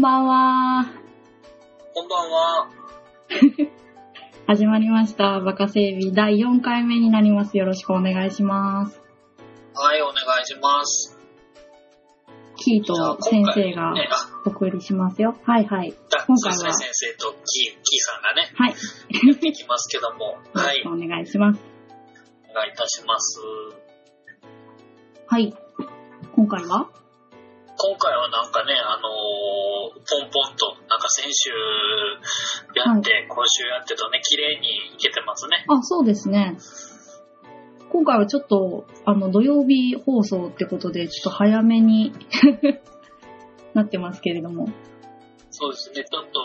ばんは。こんばんは。始まりました。バカ整備第4回目になります。よろしくお願いします。はい、お願いします。キーじゃあと先今回生がね、あ、お送りしますよ。はいはい。だ今そ回うですはね、先生とキー、キーさんがね、はい。よいきますけ ども、ろはしいく、お願いします。お願いいたします。はい。今回は今回はなんかね、あのーポンポンと、なんか先週やって、今週やってとね、綺麗にいけてますね。あ、そうですね。今回はちょっと、あの、土曜日放送ってことで、ちょっと早めに なってますけれども。そうですね、ちょっと、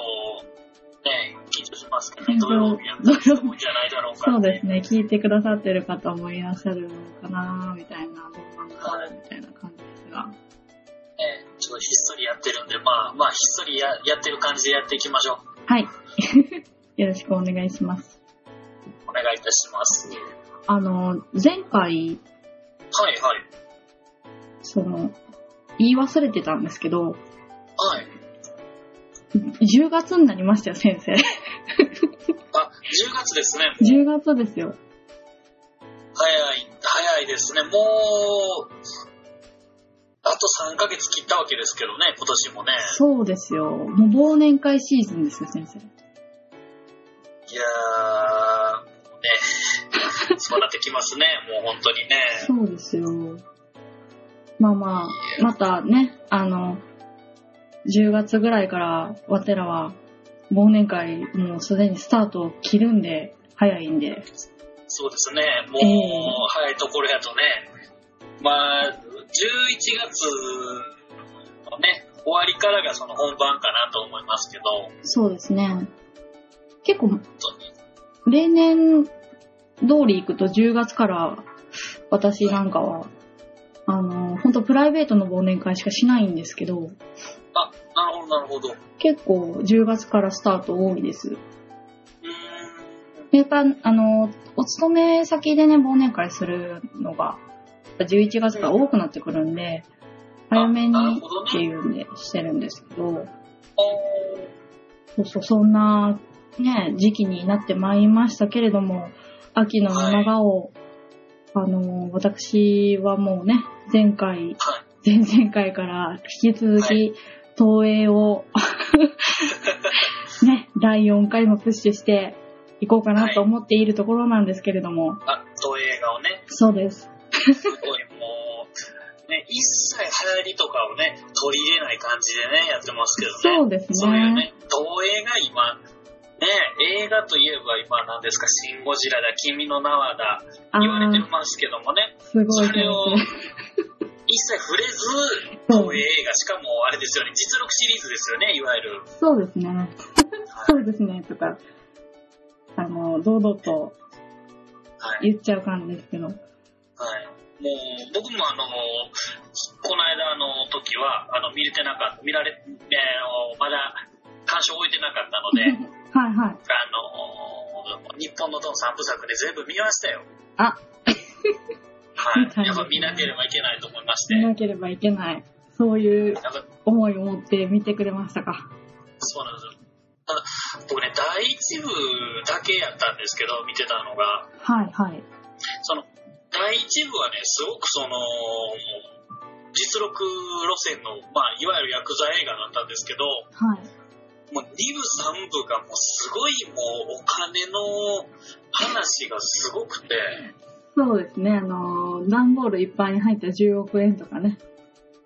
ね、緊張しますけど、緊張土曜日やったら人もいいんじゃないだろうかそうってですね、聞いてくださってる方もいらっしゃるのかなみたいな、どうなんだろうみたいな感じですが。ね、ちょっとひっそりやってるんで、まあ、まあ、ひっそりややってる感じでやっていきましょう。はい。 よろしくお願いします。お願いいたします。あの、前回、はいはい。その、言い忘れてたんですけど、はい。 10月になりましたよ、先 生。あ、10月ですね。 10月ですよ。早い、早いですね。もう、あと3ヶ月切ったわけですけどね、今年もね。そうですよ。もう忘年会シーズンですよ、先生。いやー、もうね、 そうなってきますね、もう本当にね。そうですよ。まあまあ、またね、あの、10月ぐらいから、わてらは、忘年会、もうすでにスタートを切るんで、早いんで。そうですね、もう、え早いところやとね。まあ、11月のね、終わりからがその本番かなと思いますけど、本そうですね。結構、当に。例年通り行くと10月から、私なんかは、あの、本当プライベートの忘年会しかしないんですけど、あ、なるほど、なるほど。う結構10月からスタート多いです。ーん。やっぱ、あの、お勤め先でね、忘年会するのが、やっぱ11月が多くなってくるんで、うん早めにあなるほどねっていうんでしてるんですけど、おーそうそう、そんな、ね、時期になってまいりましたけれども、秋の長尾を、あの、私はもうね、前回、はい。前々回から引き続はき、投影 を、ね、第4回もプッシュしていこうかなと思っているところなんですけれども、あと映画を ね、そうです。すごいもう、ね、一切流行りとかをね、取り入れない感じでね、やってますけどね。そうですそういね。うね、東映が今、ね、映画といえば今何ですか、シン・ゴジラだ、君の名はだ、あ言われてー、ますけどもね、すごいそですねれを一切触れず、そう東映映画、しかもあれですよね、実力シリーズですよね、いわゆる。そうですね。そうですね、とか、あの、堂々とはい。言っちゃう感じですけど。はい。もう、僕もあの、この間の時は、あの、見れてなかった、見られ、えーあのまだ、鑑賞終えてなかったので、はいはい。あの、日本のドン3部作で全部見ましたよ。あ、見たはでいい。やすねっぱ見なければいけないと思いまして、見やっなければいけない。そういうぱ思いを持って見てくれましたか。そうなんですよ。ただ、僕ね、第一部だけやったんですけど、見てたのが、はいはい。その、第一部はね、すごくその、実力路線の、まあ、いわゆるヤクザ映画だったんですけど、はい。もう2部3部がもうすごいもうお金の話がすごくて、そうですね、あのー、段ボールいっぱいに入った10億円とかね。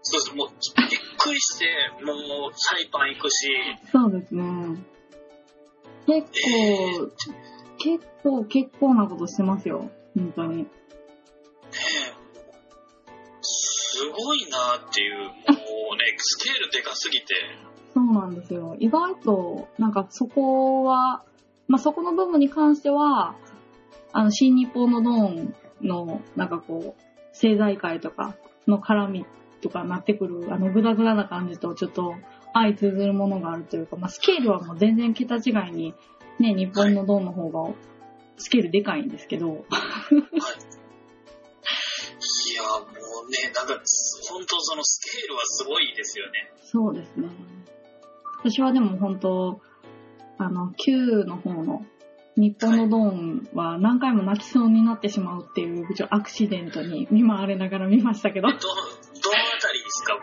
そうです、もうびっくりして、もうサイパン行くし、そうですね。結構、結構、結構なことしてますよ。本当に。ねえすごいなっていう、もうね、スケールでかすぎて、そうなんですよ。意外と、なんかそこは、まあ、そこの部分に関しては、あの、新日本のドンの、なんかこう、政財界とかの絡みとかなってくる、あの、グダグダな感じとちょっと相通ずるものがあるというか、まあ、スケールはもう全然桁違いに、ね、日本のドンの方が、スケールでかいんですけど、いや、もうね、なんか、本当そのスケールはすごいですよね。そうですね。私はでも本当、あの、Q の方の、日本のドーンは何回も泣きそうになってしまうっていう、ちょアクシデントに見舞われながら見ましたけど え、ど、どのあたりですか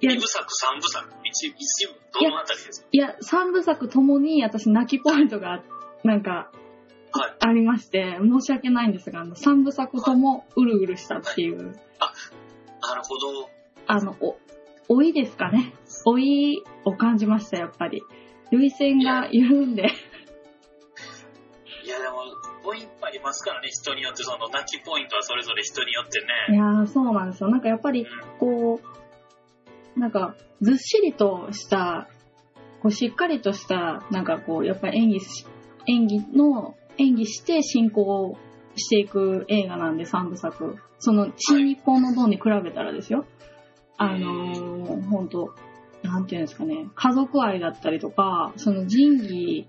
いや二部作、三部作、一部、一部、どのあたりですかいや、3部作ともに私泣きポイントが、なんか、はいありまして、申し訳ないんですが、あの、3部作ともうるうるしたっていう、なるほど。あの、お、老いですかね。老いを感じました、やっぱり。涙腺が緩んで、いや、でも、ポイントありますからね、人によって、その、泣きポイントはそれぞれ人によっていね。やー、そうなんですよ。なんかやっぱり、こう、なんか、ずっしりとした、こう、しっかりとした、なんかこう、やっぱり演技し、演技の、演技して進行していく映画なんで、三部作。その、新日本のドンに比べたらですよ。あのー、ほんと、なんていうんですかね、家族愛だったりとか、その仁義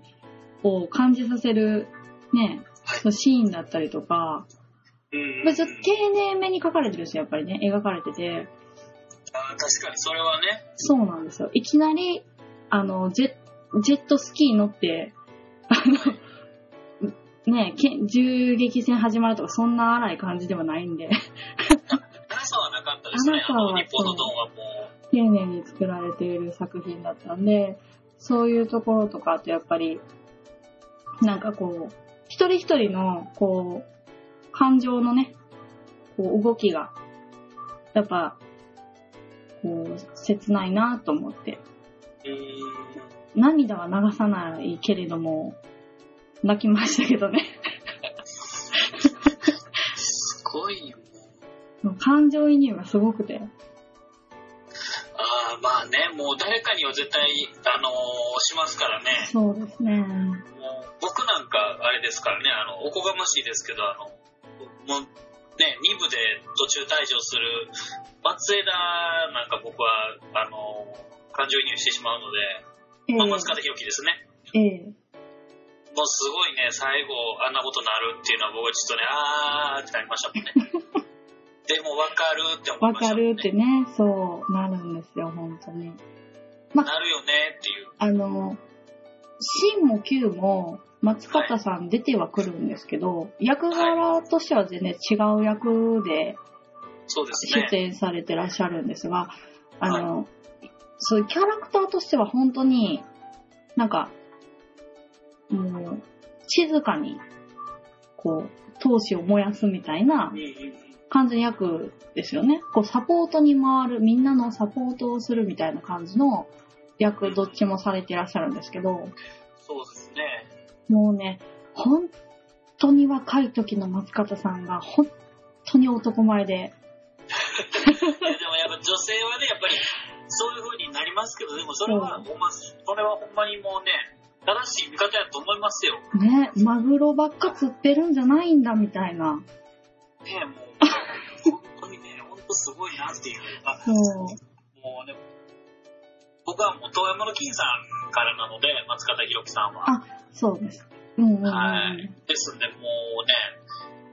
を感じさせる、ね、そのシーンだったりとか、うん。まあちょっと丁寧めに描かれてるし、やっぱりね、描かれてて。あー確かに、それはね。そうなんですよ。いきなり、あの、ジェジェットスキー乗って、あの、ねけ銃撃戦始まるとか、そんな荒い感じではないんで、 長さはなかったですね。あ長さはの、日本のドンはもう、丁寧に作られている作品だったんで、そういうところとかってやっぱり、なんかこう、一人一人の、こう、感情のね、こう、動きが、やっぱ、こう、切ないなと思ってうん。涙は流さないけれども、泣きましたけどね。 すごいよ、もう。感情移入がすごくて。ああ、まあね、もう誰かには絶対、あのーしますからね。そうですね。もう僕なんか、あれですからね、あの、おこがましいですけど、あの、もう、ね、2部で途中退場する松枝なんか僕は、あのー感情移入してしまうのえで、まあ、松方弘樹ですね。ええもうすごいね、最後、あんなことなるっていうのは僕はちょっとね、あーってなりましたもん ね。でも、わかるってえ思いわまかしたもんね。るってね、そうなるんですよ、本当に。まなるよねっていう。あの、シンも Q も松方さん出てはくるんですけど、役柄としては全然違う役でそうですね。出演されてらっしゃるんですが、あの、そういうキャラクターとしては本当に、なんか、もう、静かに、こう、闘志を燃やすみたいなうんうん感じの役ですよね。こう、サポートに回る、みんなのサポートをするみたいな感じの役、どっちもされていらっしゃるんですけど、そうですね。もうね、本当に若い時の松方さんが、本当に男前で、いやでもやっぱ女性はね、やっぱりそういう風になりますけど、でもそれはほんま、それはほんまにもうね、正しい見方やと思いますよ。ね、マグロばっか釣ってるんじゃないんだみたいな。ねもう、本当にね、本当すごいなっていうか、そう。もうね、僕はもう遠山の金さんからなので、松方弘樹さんあは。そうです。うんうん、うん。はい。ですんで、もうね、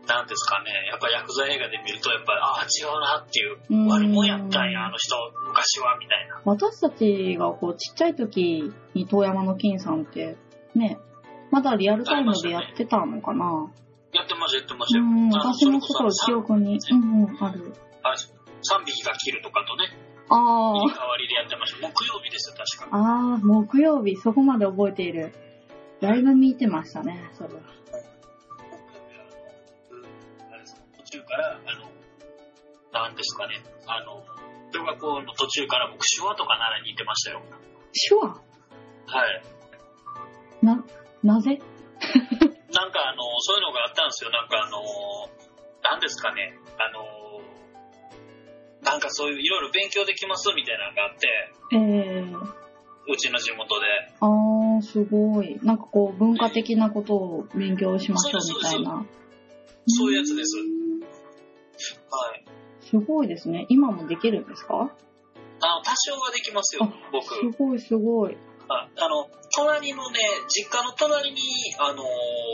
なんですかね、やっぱ薬剤映画で見ると、やっぱり、ああ、違うなっていう、うん悪もんやったんや、あの人、昔は、みたいな。私たちがこうちっちゃい時に遠山の金さんってね、まだリアルタイムでやってたのかな、やってました、やってましうたよ。ん、あの私もすごい記憶に、そうれこんうん、ある。あれです3匹が切るとかとね、あいい代わりでやってました。木曜日ですよ、確あ、か。ああ、木曜日、そこまで覚えている。だいぶ見てましたね、それは。あれですか途中から、あの、なんですかね、あの、小学校の途中から僕、手話とか習いに行ってましたよ。手話はい。な、なぜなんか、あの、そういうのがあったんですよ。なんか、あの、なんですかね、あの、なんかそういう、いろいろ勉強できますみたいなのがあって、ええうちの地元で。ああ、すごい。なんかこう、文化的なことを勉強しましょうみたいな。そういうやつですうん。はい。すごいですね。今もできるんですかあの、多少はできますよあ、僕。すごいすごい。ああの、隣のね、実家の隣に、あのー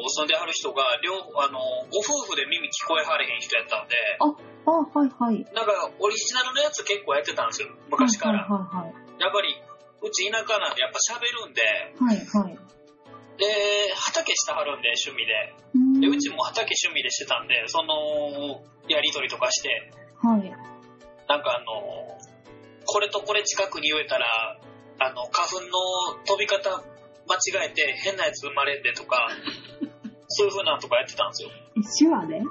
住んではる人が、両、あのーご夫婦で耳聞こえはれへん人やったので、あ、はいはい。なんか、オリジナルのやつ結構やってたんですよ、昔から。はいはいはい。やっぱり、うち田舎なんでやっぱ喋るんで、はい、はい。で、畑してはるんで、趣味で。うーんで、うちも畑趣味でしてたんで、その、やりとりとかして、はい。なんかあの、これとこれ近くに植えたら、あの、花粉の飛び方間違えて変なやつ生まれんでと か、そういう風なのとかやってたんですよ。え手話で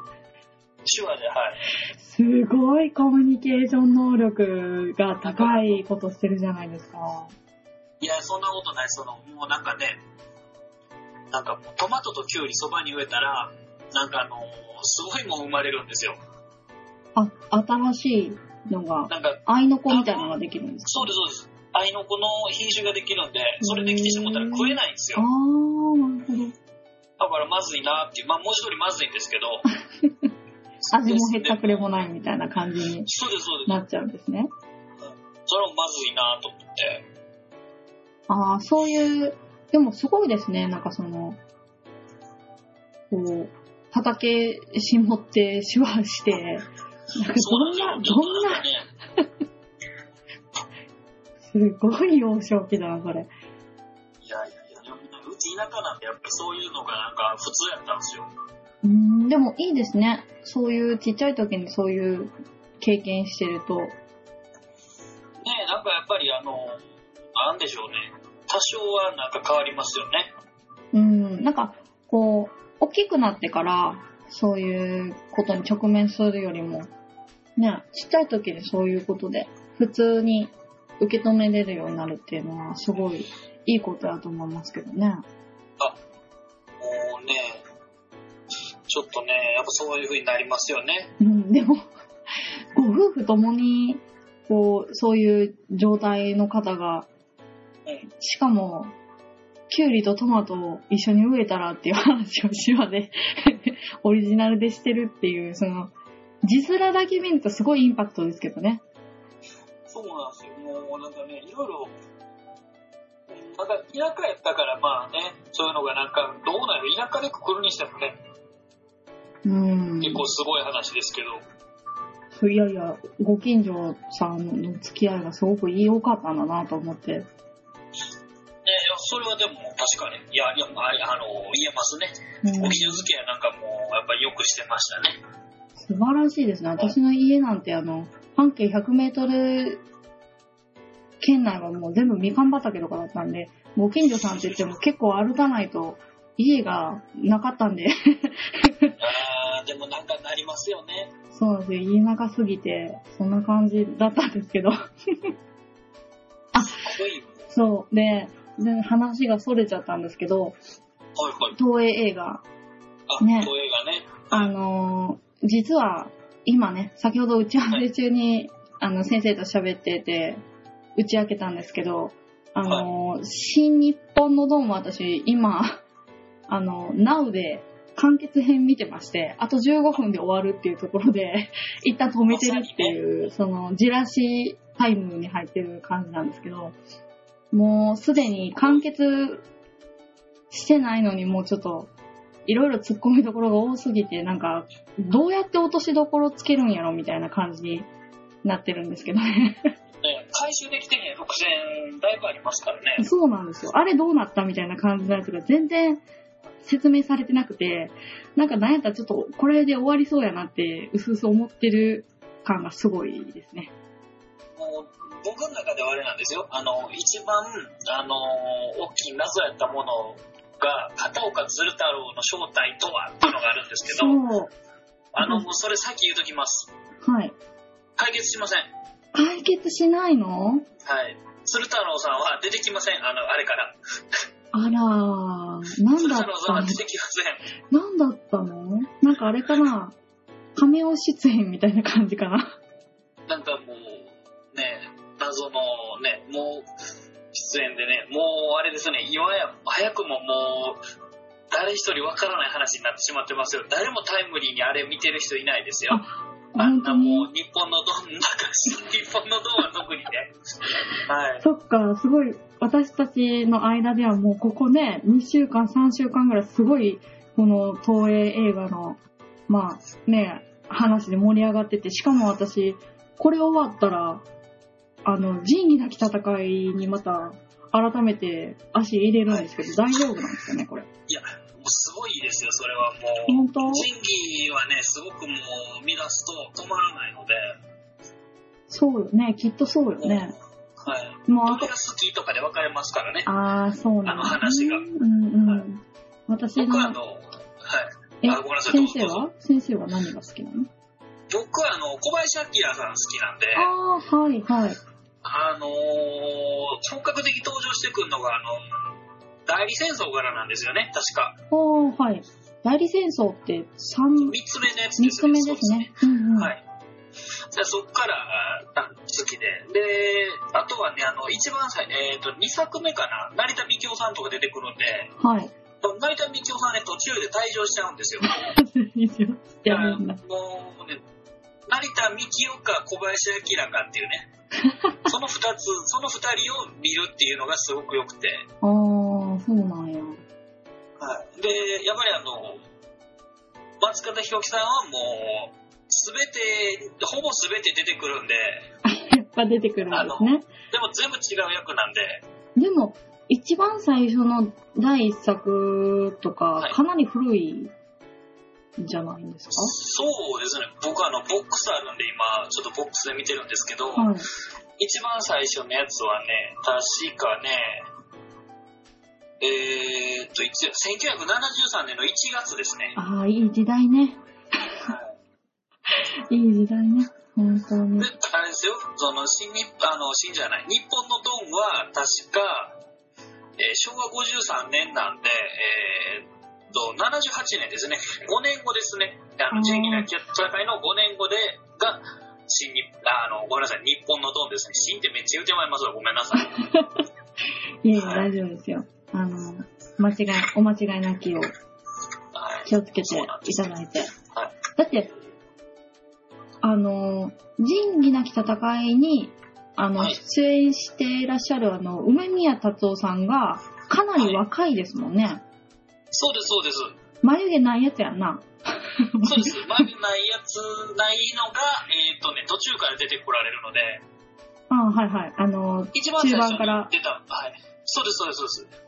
手話で、はい。すごいコミュニケーション能力が高いことしてるじゃないですか。いや、そんなことない。その、もうなんかね、なんかもうトマトとキュウリそばに植えたら、なんかあの、すごいもん生まれるんですよ。あ、新しいのが、なんか、愛の子みたいなのができるんですそうです、そうです。愛の子の品種ができるんで、それできてしまったら食えないんですかあよ。ー、なるほど。だからまずいなっていう、まあ文字通りまずいんですけど。 味も減ったくれもい。ないみたいな感じにそうです、そうです。なっちゃうんですね。それもまずいなと思って。ああ、そういう、でもすごいですね、なんかその、こう、畑絞って手話 して、なんかそうどんな、なんですよ。どんちょっとな、ね、すごい幼少期だな、それ。いやいやいや、でもうち田舎なんでやっぱそういうのがなんか普通やったんですよ。うーん、でもいいですね。そういう、ちっちゃい時にそういう経験してると。ねなんかやっぱりあの、なんでしょうね。多少はなんか変わりますよね。うん、なんか、こう、大きくなってから、そういうことに直面するよりも、ね、ちっちゃい時にそういうことで、普通に受け止めれるようになるっていうのは、すごいいいことだと思いますけどね。もうね、ちょっとね、やっぱそういう風になりますよね。うん、でも、ご夫婦ともに、こう、そういう状態の方が、うん。しかも、キュウリとトマトを一緒に植えたらっていう話を手話で、 オリジナルでしてるっていう、その、字面だけ見るとすごいインパクトですけどね。そうなんですよ。もうなんかね、いろいろ、なんか田舎やったからまあね、そういうのがなんか、どうなんやろ田舎でくくるにしてもね、うん。結構すごい話ですけど、いやいや、ご近所さんの付き合いがすごく良かったんだなと思って。ね、いやそれはでも確かに、いや、いやまあ、あの、言えますね。うんお記事付けはなんかもう、やっぱりよくしてましたね。素晴らしいですね。私の家なんて、あの、半径100メートル圏内はもう全部みかん畑とかだったんで、ご近所さんって言っても結構歩かないと家がなかったんで、 あー、でもなんかなりますよね。そうなんですよ。家長すぎて、そんな感じだったんですけど。すごい。はいそう。で、で話が逸れちゃったんですけど、はい。東映映画。あ、ねそういう映画ね。あのー実は、今ね、先ほど打ち合わせ中に、あの、先生と喋ってて、打ち明けたんですけど、あのー新日本のドーム私、今、あの、Now で、完結編見てまして、あと15分で終わるっていうところ で、一旦止めてるっていう、その、じらしタイムに入ってる感じなんですけど、もうすでに完結してないのに、もうちょっと、いろいろ突っ込みどころが多すぎて、なんか、どうやって落としどころつけるんやろみたいな感じになってるんですけどね。ね回収できてね、6000だいぶありますから ね。そうなんですよ。あれどうなったみたいな感じのやつが全然説明されてなくて、なんかなんやったらちょっとこれで終わりそうやなって、うすうす思ってる感がすごいですね。もう僕の中ではあれなんですよ。あの、一番、あの、大きい謎やったものが、片岡鶴太郎の正体とはっていうのがあるんですけそど、う。あの、もうそれさっき言うときます。はい。解決しません。は解決しないのい。鶴太郎さんは出てきません。あの、あれから。あらー、なん鶴だっ太郎さたんはの出てきません。なんだったのなんかあれかな亀尾出演みたいな感じかな。なんかもう、ね、謎のね、もう、出演でね、もうあれですね、今や、早くももう、誰一人わからない話になってしまってますよ。誰もタイムリーにあれ見てる人いないですよ。あん本な当もに。う日本のドン、なんか日本のドンは特にね。はい。そっか、すごい、私たちの間ではもうここね、2週間、3週間ぐらいすごい、この東映映画の、まあね、話で盛り上がってて、しかも私、これ終わったら、あの、仁義なき戦いにまた、改めて足入れるんですけど、大丈夫なんですかね、これ。いや、もうすごいですよ、それはもう。本当仁義はね、すごくもう乱すと止まらないので、そうよね、きっとそうよもう、ね。はい。もうどあと、れが好きとかで分かれますからね。ああ、そうなんだ、ね。あの話がうんうん。はい私僕はあの、の、はい。えあごめんなさ、いどう先生ぞは先生は何が好きなの僕はあの、小林明さん好きなんで、ああ、はいはい。あのー本格的に登場してくるのが、あの、代理戦争からなんですよね、確か。ああ、はい。代理戦争って三三つ目のやつ三ですつよね。目ですね。うんうん。はい。でそっから、あ好きで。で、あとはね、あの、一番最、えっ、と、二作目かな、成田美京さんとか出てくるんで、はい。 成田美京さんね、途中で退場しちゃうんですよ。やるんだ。もうね、成田美京か小林明かってい うね、その二つ、その二人を見るっていうのがすごく良くて、ああ、そうなんや。で、やっぱりあの、松方弘樹さんはもう、すべて、ほぼすべて出てくるんで、やっぱ出てくるんですね。でも全部違う役なんで、でも、一番最初の第一作とかは、いかなり古いんじゃないんですそうですね、僕あの、ボックスあるんで今、ちょっとボックスで見てるんですけど、かはい。一番最初のやつはね、確かね、えー、っと、一1973年の1月ですね。ああ、いい時代ね。いい時代ね。本当にで、。あれですよ、その、新日、あの、新じゃない、日本のドンは確か、えー昭和53年なんで、えーっと、78年ですね。5年後ですね。ああの、ー正義なき戦いの5年後で、が、新日、あの、ごめんなさい、日本のドンですね。新ってめっちゃ言うてまいりますわ。ごめんなさい。いえいえ、大丈夫ですよ。あの、間違い、お間違いなきをはい気をつけていただいてはい。だって、あの、仁義なき戦いに、あの、はい出演していらっしゃる、あの、梅宮達夫さんが、かなり若いですもんね。そうです、そうです。眉毛ないやつやんな。そうです。眉毛ないやつ、ないのが、えーっ、とね、途中から出てこられるので、あはいはい。あの、一番最初中盤からに出た、はい。そうです、そうです、そうです。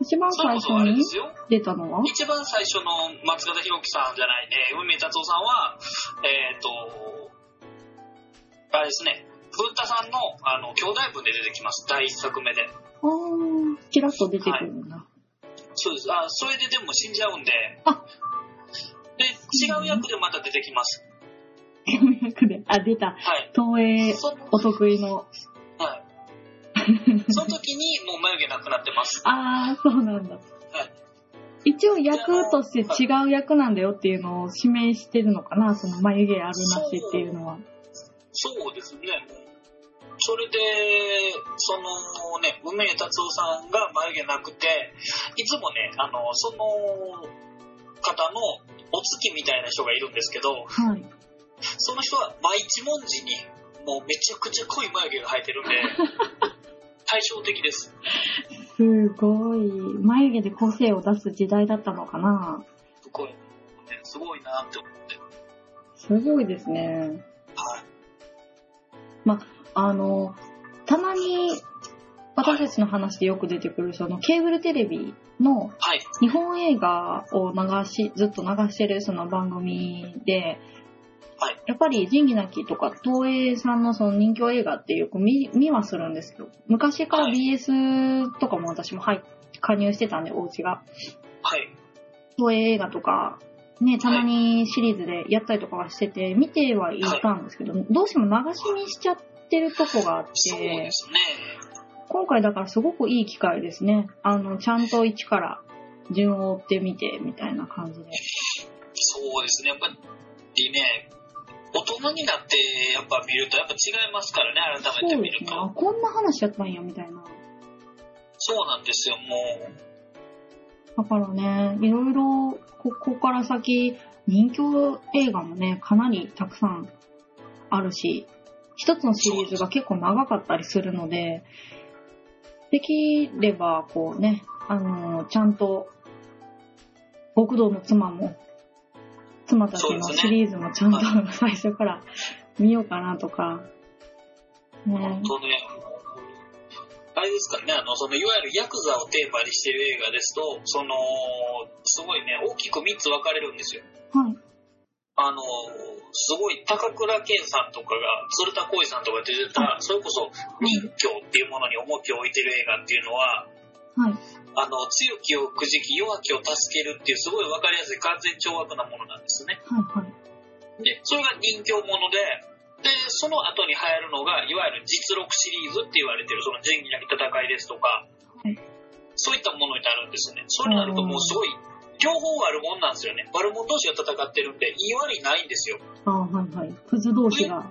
一番それ最こ初そあれでにすよ。出たのは一番最初の松方弘樹さんじゃないね、梅達夫さんは、えーっ、と、あれですね、文太さんの、あの、兄弟分で出てきます。第一作目で。あー、ちらっと出てくるんだ。そうです。あ、それででも死んじゃうんで。あで、違う役でまた出てきます。 900で。あ、出た。はい。東映そのお得意の。はい。その時にもう眉毛なくなってます。あー、そうなんだ。一応役として違う役なんだよっていうのを指名してるのかな、その眉毛あるなしっていうのは。そうですね。それで、そのね、梅江達夫さんが眉毛なくて、いつもね、あの、その方のお月みたいな人がいるんですけど、はい。その人は毎一文字にもうめちゃくちゃ濃い眉毛が生えてるんで、対照的です。すごい。眉毛で個性を出す時代だったのかな。これねすごいなって思って。すごいですね。はい。あの、たまに私たちの話でよく出てくる、そのケーブルテレビのはい。日本映画を流し、ずっと流してるその番組で、はいやっぱり仁義なきとか東映さんのその人気映画ってよく見見はするんですけど、昔からはい BS とかも私も入加入してたんで、お家が。はい。東映映画とか、ね、たまにシリーズでやったりとかはしてて、見てはいたんですけど、どうしても流し見しちゃってるとこがあっそうでて、すね。今回だからすごくいい機会ですね。あの、ちゃんと一から順を追ってみて、みたいな感じで。そうですね、やっぱりね、大人になってやっぱ見るとやっぱ違いますからね、改めてそう見でするね。と。あ、こんな話やったんや、みたいな。そうなんですよ、もう。だからね、いろいろ、ここから先、人気映画もね、かなりたくさんあるし、一つのシリーズが結構長かったりするので、できれば、こうね、あのちゃんと、極道の妻も、 妻たちのシリーズもちゃんと最初から見ようかなとか、ね。当ね、あれですからね、あの、その、いわゆるヤクザをテーマにしてる映画ですと、その、すごいね、大きく3つ分かれるんですよ。はい。あの、すごい高倉健さんとかが、鶴田浩二さんとか出てた、それこそ任侠っていうものに重きを置いてる映画っていうのは、はい。あの、強きをくじき、弱きを助けるっていう、すごい分かりやすい完全懲悪なものなんですね。はい。はい。で、それが人気者で、で、その後に流行るのが、いわゆる実録シリーズって言われてる、その仁義なき戦いですとかはい、そういったものになるんですね。そうなるともうすごい、両方悪者なんですよね。悪者同士が戦ってるんで、言い悪いないんですよ。ああ、はい。はい。クズ同士が。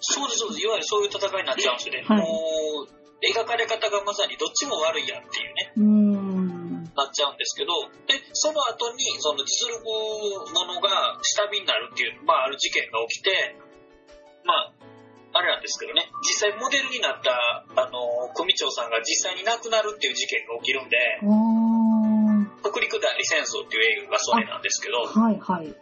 そうです、そうです。いわゆるそういう戦いになっちゃうんですよね。はいもう、描かれ方がまさにどっちも悪いやんっていうね。うーん。なっちゃうんですけど、で、その後に、その実力者が下火になるっていう、まあ、ある事件が起きて、まあ、あれなんですけどね、実際モデルになった、あの、組長さんが実際に亡くなるっていう事件が起きるんで、ああ。北陸大戦争っていう映画がそれなんですけど、はい。はい。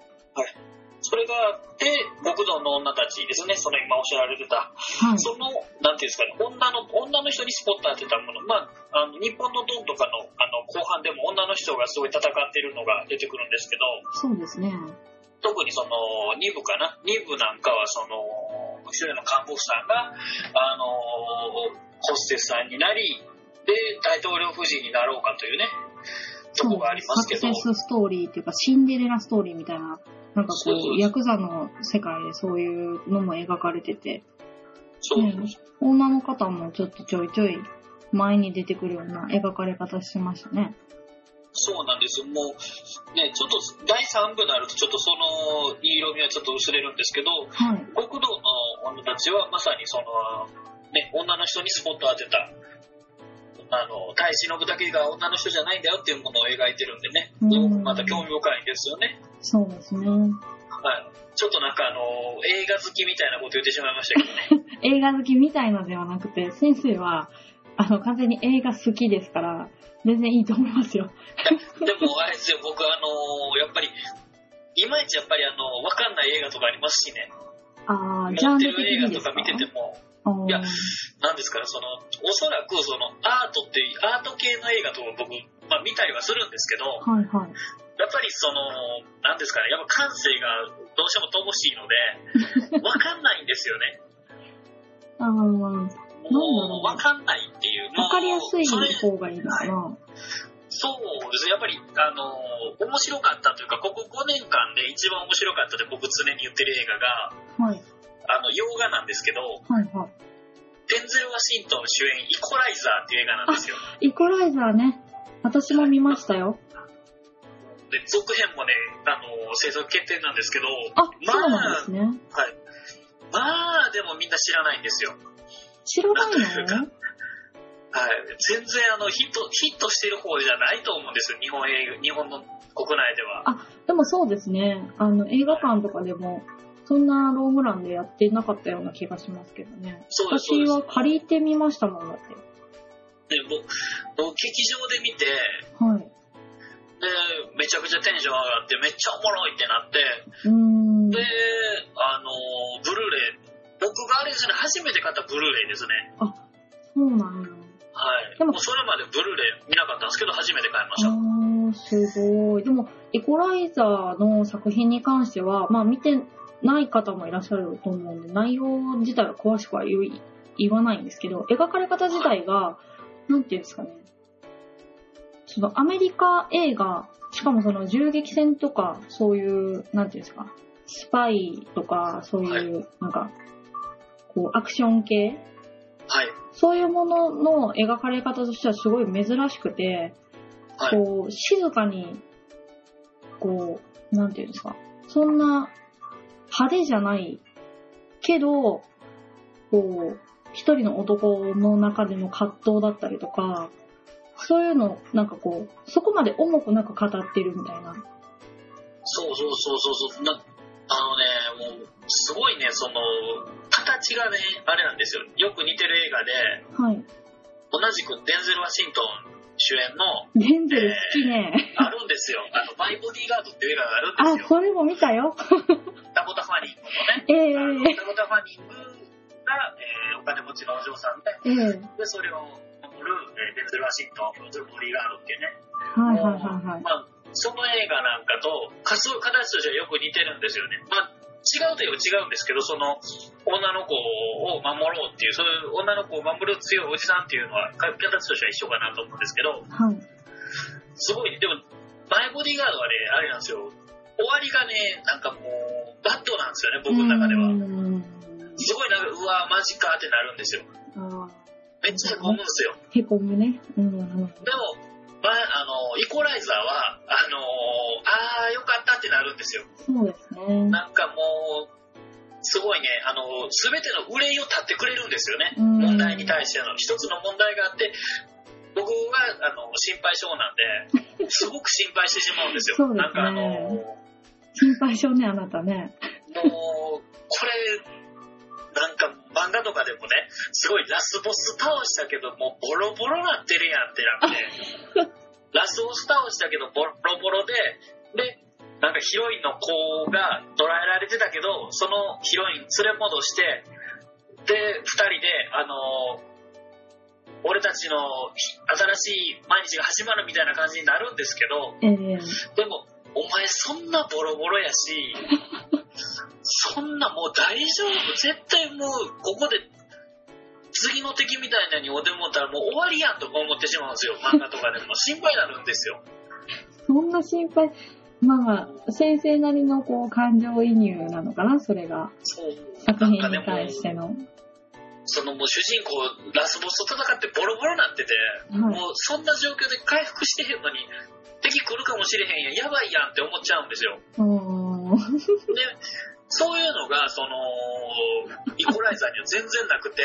それがあって、極道の女たちですね、その今おっしゃられてた、はい。その、なんていうんですかね、女の、女の人にスポット当てたもの、まあ、あの、日本のドンとかの、あの、後半でも女の人がすごい戦ってるのが出てくるんですけど、そうですね。特にその、2部かな ?2 部なんかは、その、一人の看護婦さんが、あの、ホステスさんになり、で、大統領夫人になろうかというね、とこがありますけどサク、セスストーリーっていうか、シンデレラストーリーみたいな、なんかこそうそうそうう、ヤクザの世界でそういうのも描かれてて、そう、ね女の方もちょっとちょいちょい前に出てくるような描かれ方してましたね。そうなんです。もう、ね、ちょっと第3部になると、ちょっとその、色味はちょっと薄れるんですけど、はい。極道の女たちはまさにその、ね、女の人にスポット当てた、あの、大志信だけが女の人じゃないんだよっていうものを描いてるんでね、うんすごくまた興味深いんですよね。そうですね。はい。ちょっとなんかあの、映画好きみたいなこと言ってしまいましたけどね。映画好きみたいのではなくて、先生は、あの、完全に映画好きですから、全然いいと思いますよ。で も、あれですよ、僕あの、やっぱり、いまいちやっぱりあの、わかんない映画とかありますしね、あ持ー、ジャっンてルる的映に画でとすかか見てても、あーいやなんですから、その、おそらくその、アートっていう、アート系の映画とか僕、まあ見たりはするんですけど、はいはい。やっぱりその、なんですかね、やっぱ感性がどうしても乏しいの で、わかんないんですよね。あーもう、わなんだろうかんないっていう。もうわかりやすいそれ方がいいのかな。そうですね、やっぱり、あの、面白かったというか、ここ5年間で一番面白かったで僕常に言ってる映画が、はい。あの、洋画なんですけど、はいはデンゼル・ワシントン主演、イコライザーっていう映画なんですよ。い。イコライザーね。私も見ましたよ。で、続編もね、あの、制作決定なんですけど、あ、そうなんですね。はい。まあ、でもみんな知らないんですよ。知らないのはい、全然あのヒットヒットしてる方じゃないと思うんですよ、日本映画日本の国内では。でもそうですね。あの、映画館とかでも、そんなロームランでやってなかったような気がしますけどね。そうです私は借りてみましたもんだって。で僕、僕劇場で見てで、はい。めちゃくちゃテンション上がって、めっちゃおもろいってなって、うーん。で、あのーブルーレイ、僕があれですね、初めて買ったブルーレイですね。そうなんや。はい。でももうそれまでブルーレイ見なかったんですけど、初めて買いました。あー、すごい。でも、イコライザーの作品に関しては、まあ見てない方もいらっしゃると思うんで、内容自体は詳しくは言い言わないんですけど、描かれ方自体が、なんていうんですかね。そのアメリカ映画、しかもその銃撃戦とか、そういう、なんていうんですか、スパイとか、そういう、なんか、こう、アクション系はい。そういうものの描かれ方としてはすごい珍しくて、はい。こう、静かに、こう、なんていうんですか。そんな、派手じゃない、けど、こう、一人の男の中での葛藤だったりとか、そういうの、なんかこう、そこまで重くなく語ってるみたいな。そうそうそうそうそう。なあのね、もう、すごいね、その、形がね、あれなんですよ。よく似てる映画で、はい。同じくデンゼル・ワシントン主演のデンゼル好きね。あるんですよ「あのマイ・ボディーガード」っていう映画があるんあで、すよそれも見たよ。ダコタ・ファニングのええねあのダコタ・ファニングが、えーお金持ちのお嬢さんで、ええ。で、それを守る、えーベンゼル・ワシントン、ジョン・ボリガードっていうね、はいはいはいはい。まあ、その映画なんかと仮想形としてはよく似てるんですよね。まあ違うといえば違うんですけど、その、女の子を守ろうっていう、そういう女の子を守る強いおじさんっていうのは、か形としては一緒かなと思うんですけど、はい。すごい、でも、マイボディーガードはね、あれなんですよ、終わりがね、なんかもう、バッドなんですよね、僕の中でうは。ーんすごいなんか、うわマジかってなるんですよ。あめっちゃへこむんですよ。ーへこむね。うん。でも、まあ、あの、イコライザーは、あのあー、よかったってなるんですよ。そうですね。なんかもう、すごいね、あの、すべての憂いを立ってくれるんですよね。うん問題に対しての、一つの問題があって、僕は、あの、心配性なんで、すごく心配してしまうんですよ。 そうですねなんかあの、心配性ね、あなたね。もう、これ、なんか漫画とかでもね、すごいラスボス倒したけど、もうボロボロなってるやんってなって、ラスボス倒したけど、ボロボロで、で、なんかヒロインの子が捕らえられてたけど、そのヒロイン連れ戻して、で、二人で、あの俺たちの新しい毎日が始まるみたいな感じになるんですけど、ええでも、お前そんなボロボロやし、そんなもう大丈夫。絶対もう、ここで、次の敵みたいなのにおでもったらもう終わりやんとか思ってしまうんですよ。漫画とかでも心配になるんですよ。そんな心配。まあまあ、先生なりのこう感情移入なのかな、それが。そう。作品なんかでにも対しての。そのもう主人公、ラスボスと戦ってボロボロなってて、はい。もうそんな状況で回復してへんのに、敵来るかもしれへんやん、やばいやんって思っちゃうんですよ。うーん。で、そういうのが、その、イコライザーには全然なくて、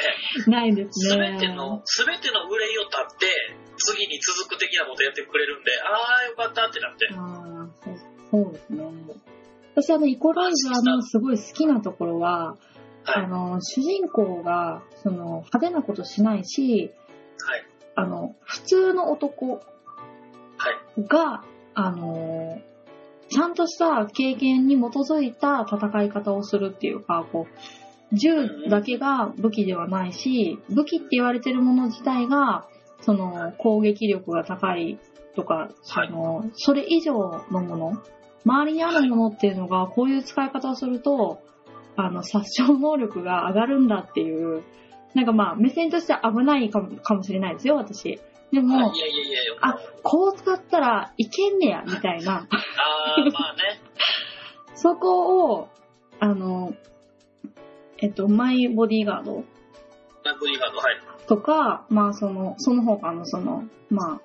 ないですすべね。ての、すべての憂いを立って、次に続く的なことやってくれるんで、あーよかったってなって。ああ、そうそうですね。私、あの、イコライザーのすごい好きなところは、はい。あの、主人公が、その、派手なことしないし、はい。あの、普通の男はい。が、あの、ちゃんとした経験に基づいた戦い方をするっていうか、こう、銃だけが武器ではないし、武器って言われてるもの自体が、その、攻撃力が高いとか、その、それ以上のもの、周りにあるものっていうのが、こういう使い方をすると、あの、殺傷能力が上がるんだっていう、なんかまあ、目線としては危ないかもかもしれないですよ、私。でも、いやいやいやいや、あこう使ったらいけんねや、みたいな。 あー、まあね。そこを、あの、えっと、マイボディーガードラグリーガード、はい。とか、まあその、その他のその、まあ、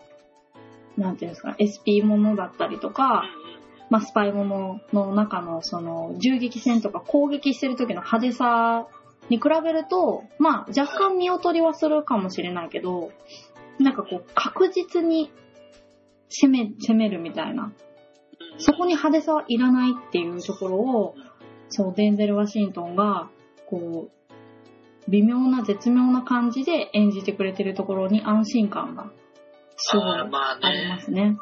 なんていうんですか、SP ものだったりとうか、んうん。まあスパイものの中のその、銃撃戦とか攻撃してる時の派手さに比べると、まあ若干見劣りはするかもしれないけど、なんかこう、確実に攻め、攻めるみたいな。うんうんそこに派手さはいらないっていうところを、そう、デンゼル・ワシントンが、こう、微妙な絶妙な感じで演じてくれてるところに安心感が、すごいあーまあありまね。すね。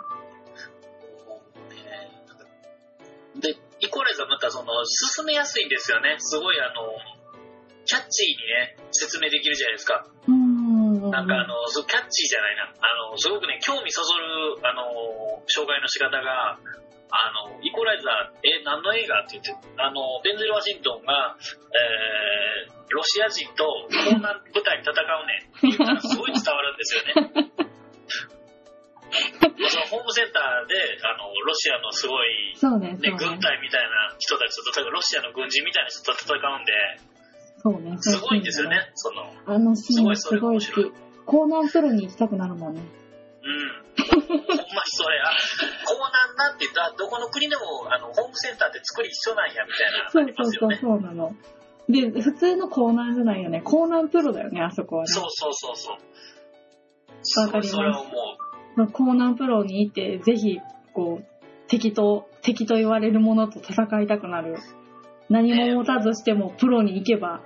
で、イコライザーまたその、進めやすいんですよね。すごいあの、キャッチーにね、説明できるじゃないですか。うーん。なんかあの、そうキャッチーじゃないな。あの、すごくね、興味そそる、あの、紹介の仕方が、あの、イコライザー、え、何の映画って言って、あの、ベンゼル・ワシントンが、えー、ロシア人と、こんな舞台に戦うねんって言ったら、すごい伝わるんですよね。そのホームセンターで、あの、ロシアのすごい、そうね、ね、そうね。軍隊みたいな人たちと戦う、ロシアの軍人みたいな人と戦うんで、そうね、すごいんですよそうね。ね、その、あのシーンすすごごいいそれ好面白き。コーナンプロに行きたくなるもんね。うん。ほんまにそれ、あ、港南なんて言ったら、どこの国でも、あの、ホームセンターって作り一緒なんや、みたいな。そあうりそまうすそよう、ね。そうなの。で、普通のコーナーじゃないよね。コーナンプロだよね、あそこはね。そうそうそうそう。すわかりまごい、すそれをもう、まあ、コーナンプロに行って、ぜひ、こう、敵と、敵と言われるものと戦いたくなる。何も持たずしてもプロに行け ば。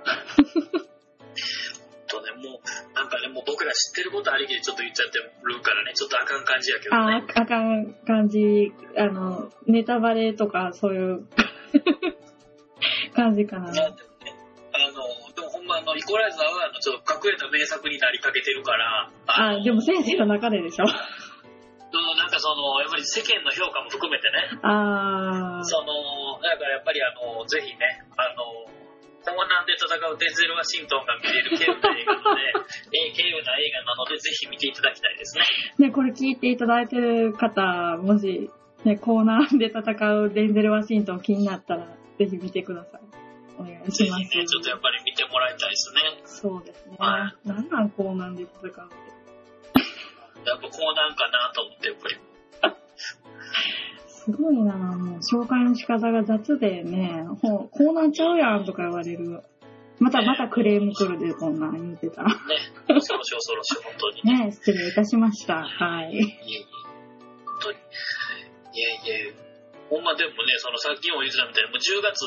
とね、もう、なんかね、もう僕ら知ってることありきでちょっと言っちゃってるからね、ちょっとあかん感じやけどあね。ー、あかん感じ、あの、ネタバレと かそういう感じかな。まあでもねあの、でもほんまあ、あの、イコライザーは、あのちょっと隠れた名作になりかけてるから、ああ、でも先生の中ででしょ。のなんかその、やっぱり世間の評価も含めてね、あその、だからやっぱりあの、ぜひね、あの、東南で戦うデンゼル・ワシントンが見れる軽有な映画なの で、えー軽有な映画なので、ぜひ見ていただきたいですね。ー。ね、これ聞いていただいてる方、もし、ね、コーナーで戦うデンゼル・ワシントン気になったら、ぜひ見てください。お願いぜしひまね、ちょっとやっす。ぱり見てもらいたいですね。そうですね。はなんなんコーナーで戦うって。やっぱこうなんかなと思って、やっぱり。すごいなもう紹介の仕方が雑でね、ほうコーナーちゃうやんとか言われる。またまたクレーム来るで、こんなん言ってたら。ね、 恐ろしい恐ろしい、本当に。ね、失礼いたしました。はい。いやいや、本当に。いやいや、ほんまでもね、そのさっきも言ってたみたいに、もう10月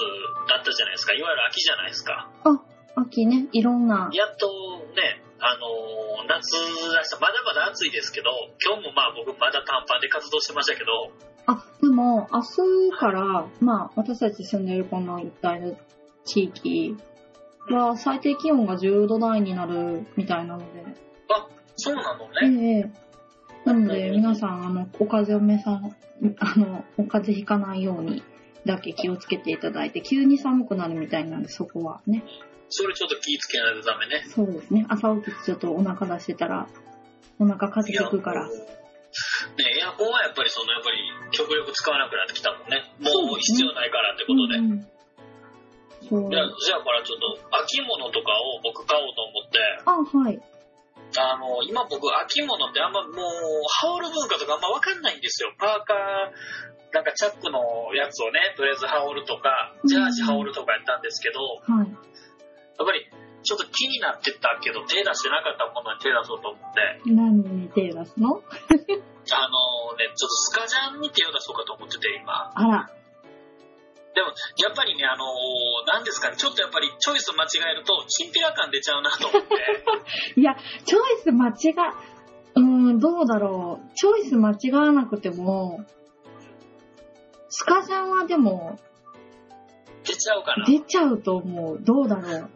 だったじゃないですか。いわゆる秋じゃないですか。あ、秋ね、いろんな。やっとね、あのー夏らしさ、まだまだ暑いですけど、今日もまあ僕まだ短パンで活動してましたけど、あ、でも、明日から、まあ、私たち住んでるこの一帯の地域は、最低気温が10度台になるみたいなので、そうなのえね。えなので、皆さん、あの、お風邪をめさん、あの、お風邪ひかないようにだけ気をつけていただいて、急に寒くなるみたいなんで、そこはね。それちょっと気ぃつけないとダメね。そうですね。朝起きてちょっとお腹出してたら、お腹風いや邪ひくからね。、エアコンはやっぱりその、やっぱり極力使わなくなってきたもんね。もそううですね必要ないからってことで。うんうんそうい。やじゃあ、これちょっと、秋物とかを僕買おうと思って、あ、はい。あの、今僕、秋物ってあんまもう、羽織る文化とかあんまわかんないんですよ。パーカー、なんかチャックのやつをね、とりあえず羽織るとか、ジャージ羽織るとかやったんですけど、はい。やっぱり、ちょっと気になってたけど、手出してなかったものに手出そうと思って、何に手出すのあのね、ちょっとスカジャンに手を出そうかと思ってて、今。あら。でも、やっぱりね、あのなんですかね、ちょっとやっぱりチョイス間違えると、チンピラ感出ちゃうなと思って。 チョイス間違え、うーん、どうだろう。チョイス間違わなくても、スカジャンはでも出ちゃうかな。出ちゃうと思う。どうだろう。ええも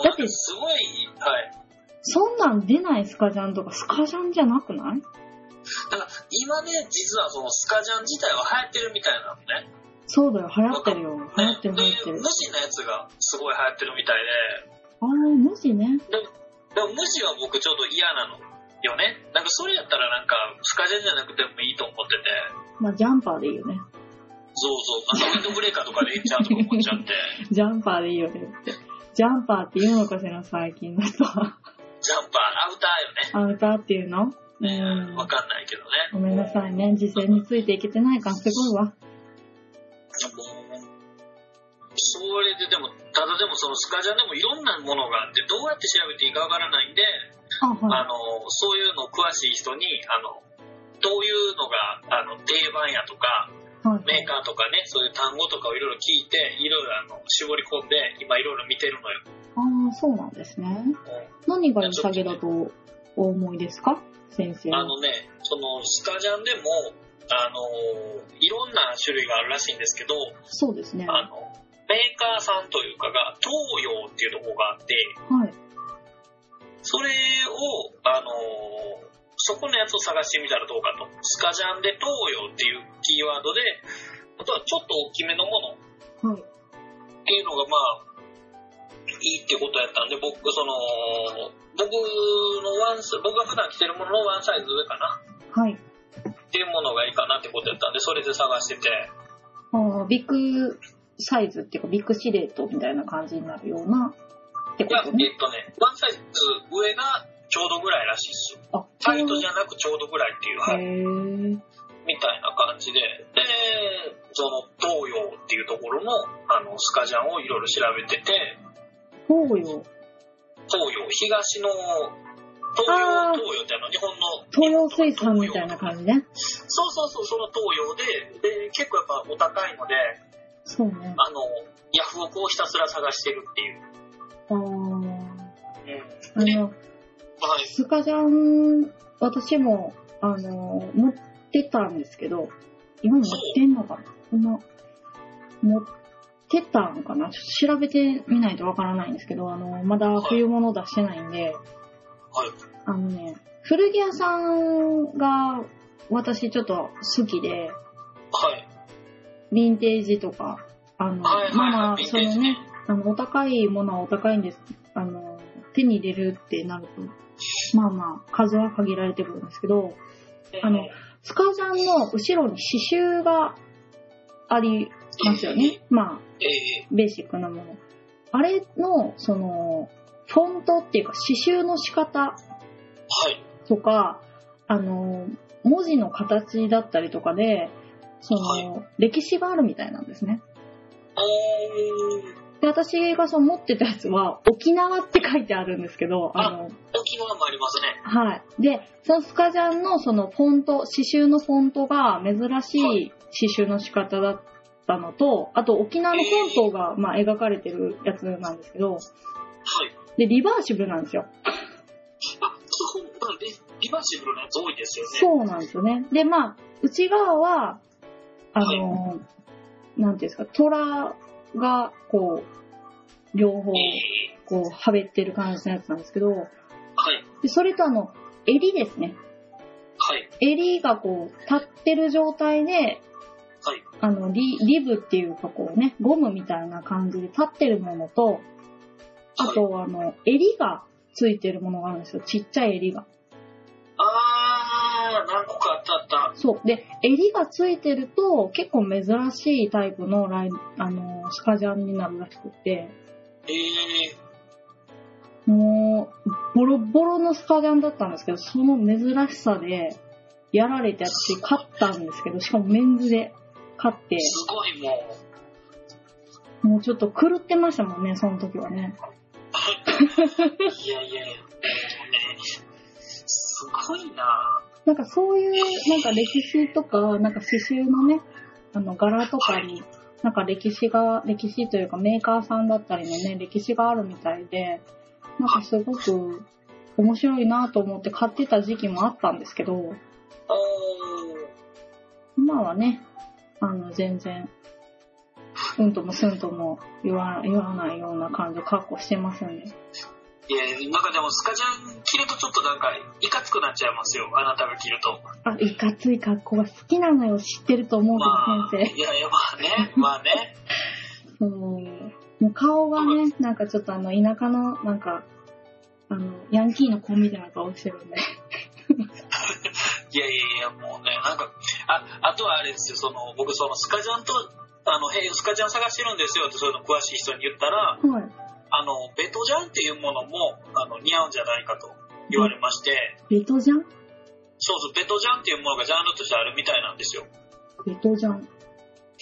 う、だってすごい、はい。そんなん出ないスカジャンとかスカジャンじゃなくないなんか今ね、実はそのスカジャン自体は流行ってるみたいなのね。そうだよ、流行ってるよ。流行ってる流行ってでる無。地のやつがすごい流行ってるみたいあー、無地ね。で、でも無地は僕ちょっと嫌なのよね。なんかそれやったらなんかスカジャンじゃなくてもいいと思ってて、まあ、ジャンパーでいいよね。そうそう、あのウィンドブレーカーとかでいいんちゃうとか思っちゃって、 ジャンパーでいいよねって。ジャンパーって言うのかしら、最近だと。 ジャンパー、アウターよね。アウターっていうのううんんわ。かんないけどね。ごめんなさいね。時勢についていけてない感すごいわ。もうそれででも、ただでもそのスカジャンでもいろんなものがあって、どうやって調べていいかわからないんで、あ、はあのそういうの詳しい人にあのどういうのがあの定番やとかい。はい。メーカーとかねそういう単語とかをいろいろ聞いていろいろあの絞り込んで今いろいろ見てるのよ、ああ、そうなんですね。何が良さげだとお思いですか先生。あのねそのスカジャンでもあのいろんな種類があるらしいんですけどそうですね。あはのメーカーさんというかが東洋っていうところがあってい。それをあのそこのやつを探してみたらどうかとスカジャンで東洋っていうキーワードであとはちょっと大きめのもはのい。っていうのがまあいいってことやったんで僕その僕のワンス僕が普段着てるもののワンサイズ上かなはい。っていうものがいいかなってことやったんでそれで探しててああ、ビッグサイズっていうか、ビッグシルエットみたいな感じになるようなっていこやえとね。っとねワンサイズ上がちょうどぐらいらしいですよあ、タイトじゃなくちょうどぐらいっていう、はい、へえ。みたいな感じででその東洋っていうところのあのスカジャンをいろいろ調べてて東洋。東洋東の東あー洋東洋ってあの日本の東洋水産みたいな感じね。そうそうそう、その東洋で、で、結構やっぱお高いので、そうね。あの、ヤフオクをひたすら探してるっていう。ああ。うあん。で、の、はい。スカジャン、私も、あの、持ってたんですけど、今持ってんのかな今、持ってたんかなちょっと調べてみないとわからないんですけど、あの、まだ冬物出してないんで、はい。あのね、古着屋さんが私ちょっと好きで、はい。ヴィンテージとか、あの、はい。はい。まあまはあ、い。ヴィンそテーのジねね。、あの、お高いものはお高いんです。あの、手に入れるってなると、まあまあ、数は限られてくるんですけど、あのスカジャンの後ろに刺繍がありますよね。まあ、ええベーシックなもの。あれの、その、フォントっていうか刺繍の仕方はい。とか、あの、文字の形だったりとかで、その、歴史があるみたいなんですね。おーで、私がその持ってたやつは、沖縄って書いてあるんですけど、あの、沖縄もありますね。はい。で、そのスカジャンのそのフォント、刺繍のフォントが珍しい刺繍の仕方だったのと、あと沖縄の本島が、まあ、描かれてるやつなんですけど、はい。で、リバーシブルなんですよ。あ、そこ、うんリリバーシブルのやつ多いですよね。そうなんですよね。で、まあ、内側は、あの、なんていうんですか、虎が、こう、両方、ええこう、はべってる感じのやつなんですけど、はい。でそれとあの、襟ですね。はい。襟がこう、立ってる状態で、はい。あの、リリブっていうかこうね、ゴムみたいな感じで立ってるものと、あはい。とあの、襟がついてるものがあるんですよ。ちっちゃい襟が。あー、何個かあったあった。そう。で、襟がついてると、結構珍しいタイプのライン、あの、スカジャンになるらしくって、ええもう、ボロボロのスカジャンだったんですけど、その珍しさで、やられて私買ったんですけど、しかもメンズで買って、すごいも う。もうちょっと狂ってましたもんね、その時はね。いやいやいや、もうね、すごいななんかそういう、なんか歴史とか、なんか刺繍のね、あの柄とかに、なんか歴史が、歴史というかメーカーさんだったりのね、歴史があるみたいで、なんかすごく面白いなと思って買ってた時期もあったんですけど、おー今はね、あの全然、うんともすんとも言わ言わないような感じの格好してますんで。いや、なんかでもスカジャン着るとちょっとなんか、いかつくなっちゃいますよ。あなたが着ると。あ、いかつい格好が好きなのよ、知ってると思うけまど、あ、先いやいや、まあね、 まあね。生。うん。もう顔がね、なんかちょっとあの、田舎の、なんか、あの、ヤンキーの子みたいな顔してるんで。いやいやいや、もうね、なんか、あ、あとはあれですよ、その、僕、その、スカジャンと、あの、へいスカジャン探してるんですよって、そういうの詳しい人に言ったら、はい。あの、ベトジャンっていうものも、あの、似合うんじゃないかと言われまして、ベトじゃんそうそう、ベトジャンっていうものがジャンルとしてあるみたいなんですよ。ベトじゃん。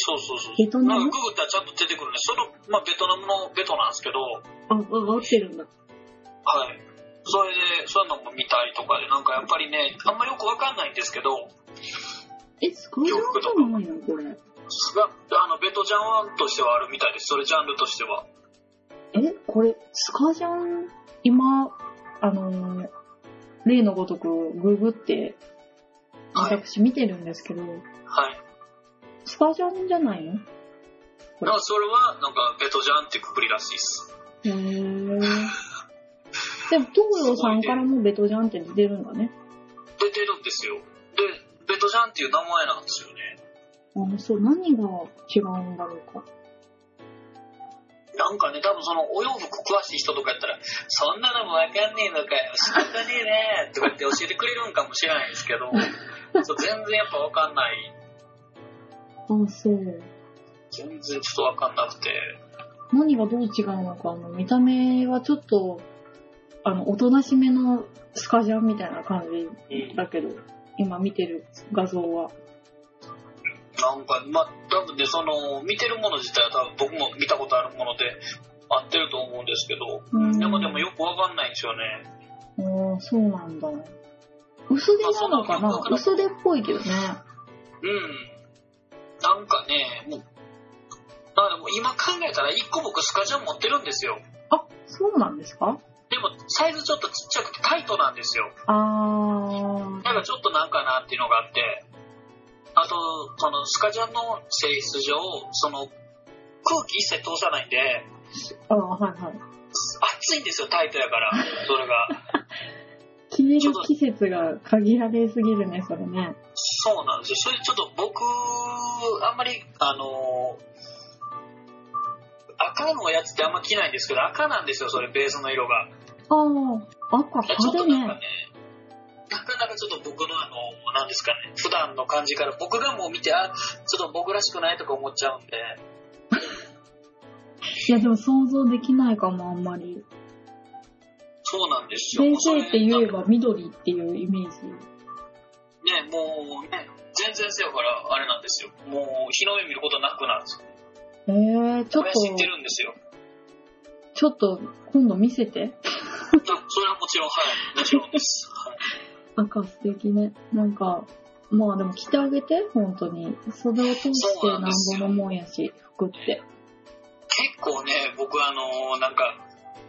そうそうそう。ベトナムなんかググったらちゃんと出てくるね。その、まあ、ベトナムのベトなんですけど、はあ、あ、合ってるんだ。い。それで、そういうのも見たりとかで、なんかやっぱりね、あんまよくわかんないんですけど、え、スカジャンじゃないのこれ。があの、ベトジャンとしてはあるみたいです。それジャンルとしては。え、これ、スカジャン、今、あのー例のごとくググって、はい。私見てるんですけど、はい。スカジャンじゃないのだからそれは、なんか、ベトジャンってくくりらしいです。へー。でも、東洋さんからもベトジャンって出てるんだね。出てるんですよ。で、ベトジャンっていう名前なんですよね。あの、そう、何が違うんだろうか。なんかね、多分そのお洋服詳しい人とかやったら、そんなのもわかんねえのかよ、仕方ねえねとかって教えてくれるんかもしれないですけど、そう全然やっぱわかんない、あ、そう。全然ちょっとわかんなくて、何がどう違うのか、あの、見た目はちょっと、あの、おとなしめのスカジャンみたいな感じだけど、今見てる画像は。なんか、まあ、多分ね、その、見てるもの自体は多分僕も見たことあるもので、合ってると思うんですけど、うんでもでもよくわかんないんですよね。ああ、そうなんだ。薄手なのかまあなそんな薄もん手っぽいけどね。うん。なんかね、もう、だからもう今考えたら一個僕スカジャン持ってるんですよ。あ、そうなんですかでも、サイズちょっとちっちゃくてタイトなんですよ。あー。なんかちょっとなんかなっていうのがあって、あと、そのスカジャンの性質上、その、空気一切通さないんで、ああ、はいはい。暑いんですよ、タイトやから、それが。消える季節が限られすぎるね、それね。そうなんですよ。それちょっと僕、あんまり、あの赤のやつってあんま着ないんですけど、赤なんですよ、それ、ベースの色が。ああ、赤ちょ派っと手なんかね。ね、なかなかちょっと僕のあの、なんですかね、普段の感じから僕がもう見て、あ、ちょっと僕らしくないとか思っちゃうんで、いや、でも想像できないかも、あんまり。そうなんですよ。先生って言えもうば緑っていうイメージ。それね、もうね、全然せよから、あれなんですよ。もう、日の目見ることなくなるんですよ。えー、ちょっ親知ってと、るんですよ。ちょっと今度見せて。それはもちろん、はい、もちろ んです。はい赤素敵ね。なんか、まあでも着てあげて、本当に。袖を通してなんぼのもんやし、服って。結構ね、僕あの、なんか、好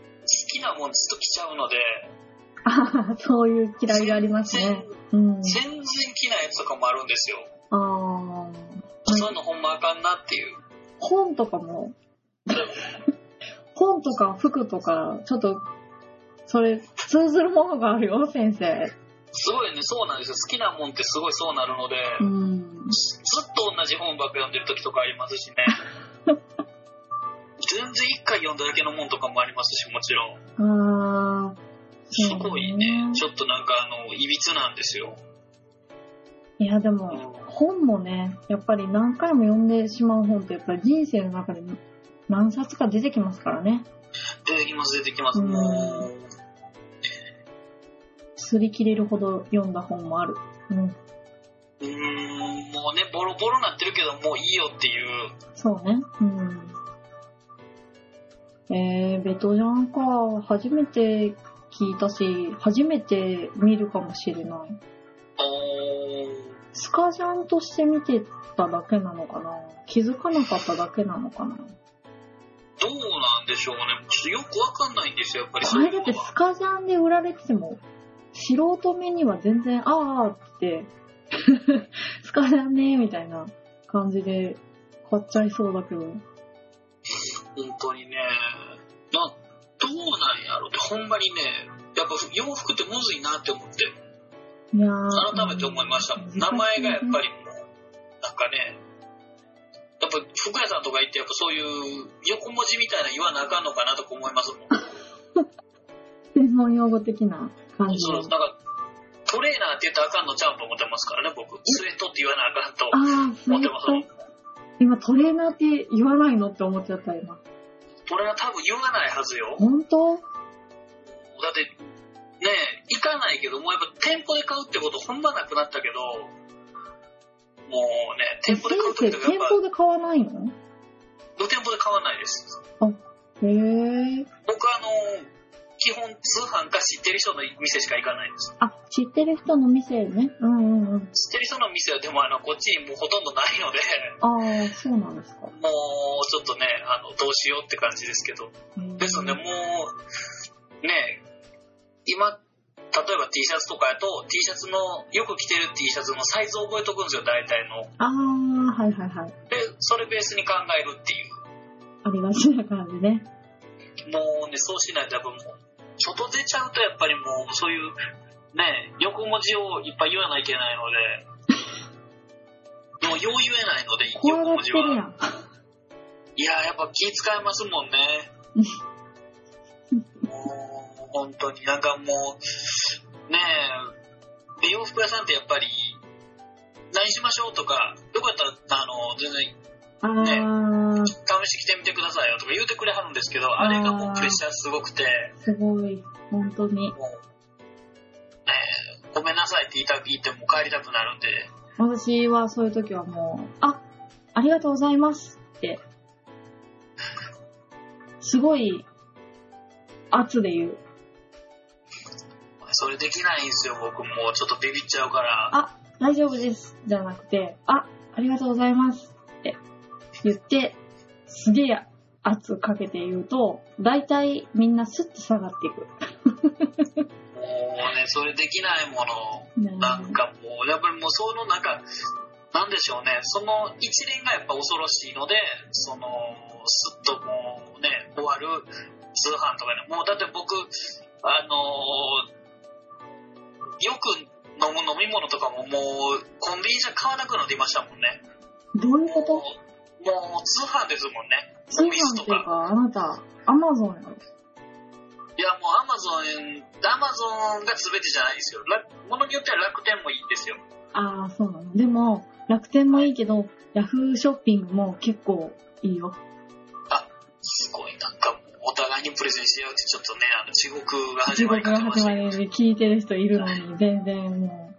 きなもんずっと着ちゃうので、ああ、 そういう嫌いがありますね。うん。全全然着ないやつとかもあるんですよ。ああ。そういうのほんまあかんなっていう。本とかも、 本とか服とか、ちょっと、それ、通ずるものがあるよ、先生。すごいね、そうなんですよ。好きなもんってすごいそうなるので、うん。ずずっと同じ本ばっか読んでる時とかあります しね。全然一回読んだだけのもんとかもありますし、もちろん。ああ。すごいね。ちょっとなんかあの、いびつなんですよ。いや、でうんも、本もね、やっぱり何回も読んでしまう本って、やっぱり人生の中で何冊か出てきますからね。出てきます、出てきます。うんもう、擦り切れるほど読んだ本もある。うん。うーん、もうね、ボロボロなってるけど、もういいよっていう。そうね。うん。えー、ベトジャンか。初めて聞いたし、初めて見るかもしれない。おースカジャンとして見てただけなのかな気づかなかっただけなのかなどうなんでしょうね。ちょっとよくわかんないんですよ、やっぱりあそういれうだのってが。スカジャンで売られてても、素人目には全然、あーって、 スカジャンねみたいな感じで買っちゃいそうだけど。本当にね。な、どうなんやろって、ほんまにね、やっぱ洋服ってむずいなって思って、いやー改めて思いましたもん。名前がやっぱりもう、なんかね、やっぱ服屋さんとか行って、やっぱそういう横文字みたいな言わなあかんのかなとか思いますもん。専門用語的な感じそ。の、なんか、トレーナーって言ったらあかんのちゃうと思ってますからね、僕。スウェットって言わなあかんとあー、スウ思ェっッてますもんト。今トレーナーって言わないのって思っちゃった今。これは多分言わないはずよ。本当だって、ねえ、行かないけど、もうやっぱ店舗で買うってことほんまなくなったけど、も先生、店うね、店舗で買う時とかやっぱ、舗で買わないの露店舗で買わないです。へー。僕あの、基本通販か知ってる人の店しか行かないです。あ、知ってる人の店ね。うんうんうん。知ってる人の店はでもあの、こっちにもうほとんどないので、 ああ、そうなんですか。もうちょっとね、あの、どうしようって感じですけど。へーですので、もう、ねえ、今、例えば T シャツとかやと、T シャツの、よく着てる T シャツのサイズを覚えとくんですよ、大体の。ああ、はいはいはい。で、それベースに考えるっていう。ありがちな感じね。もうね、そうしないとやっぱもう、外出ちゃうとやっぱりもう、そういう、ね、横文字をいっぱい言わないといけないので、もうよう言えないので、怖が横っ文て字るやは。ん。いやー、やっぱ気使いますもんね。もう、本当になんかもう、ねえ、で洋服屋さんってやっぱり、何しましょうとか、よかったら、あの、全然ああ、試してきてみてくださいよとか言うてくれはるんですけど、あれがもうプレッシャーすごくて、すごい。本当に。もう、ねえごめんなさいって言いたく言っても帰りたくなるんで、私はそういう時はもう、あ、ありがとうございますって、すごい圧で言う。それできないんですよ、僕もうちょっとビビっちゃうから。あ、大丈夫です。じゃなくて、あ、ありがとうございますって言って、すげえ圧かけて言うと、大体みんなスッと下がっていく。もうね、それできないもねの。なんかもう、やっぱりもうそのなんか、なんでしょうね、その一連がやっぱ恐ろしいので、その、もうすっともうね、終わる通販とかね、もうだって僕、あのーよく飲む飲み物とかももうコンビニじゃ買わなくなっていましたもんね。どういうもうこともう通販ですもんね。通販ミスっとていうか。か、あなた、アマゾンやろ。いやもうアマゾン、アマゾンが全てじゃないですよ。らものによっては楽天もいいんですよ。ああ、そうなの。でも、楽天もいいけど、ヤフーショッピングも結構いいよ。すごいなんかもうお互いにプレゼンし合うってちょっとね、あの地獄が始地まり獄かがけまし始たまけどりで聞いてる人いるのに、全然も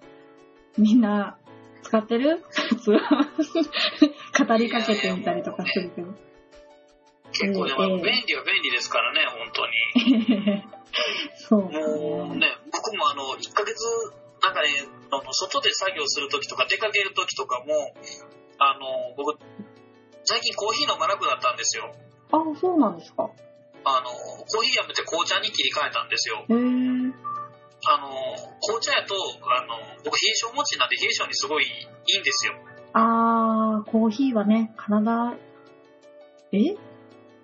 う、みんな、使ってる通販語りかけてみたりとかするけど。 結構でもええ便利は便利ですからね、本当に。そうもうね。ね、僕もあの、1ヶ月、なんかね、あの外で作業するときとか、出かけるときとかも、あの、僕、最近コーヒー飲まなくなったんですよ。ああ、そうなんですか。あの、コーヒーやめて紅茶に切り替えたんですよ。へえ。あの、紅茶やと、あの、僕、冷え性持ちなんで冷え性にすごいいいんですよ。ああ、コーヒーはね、体、え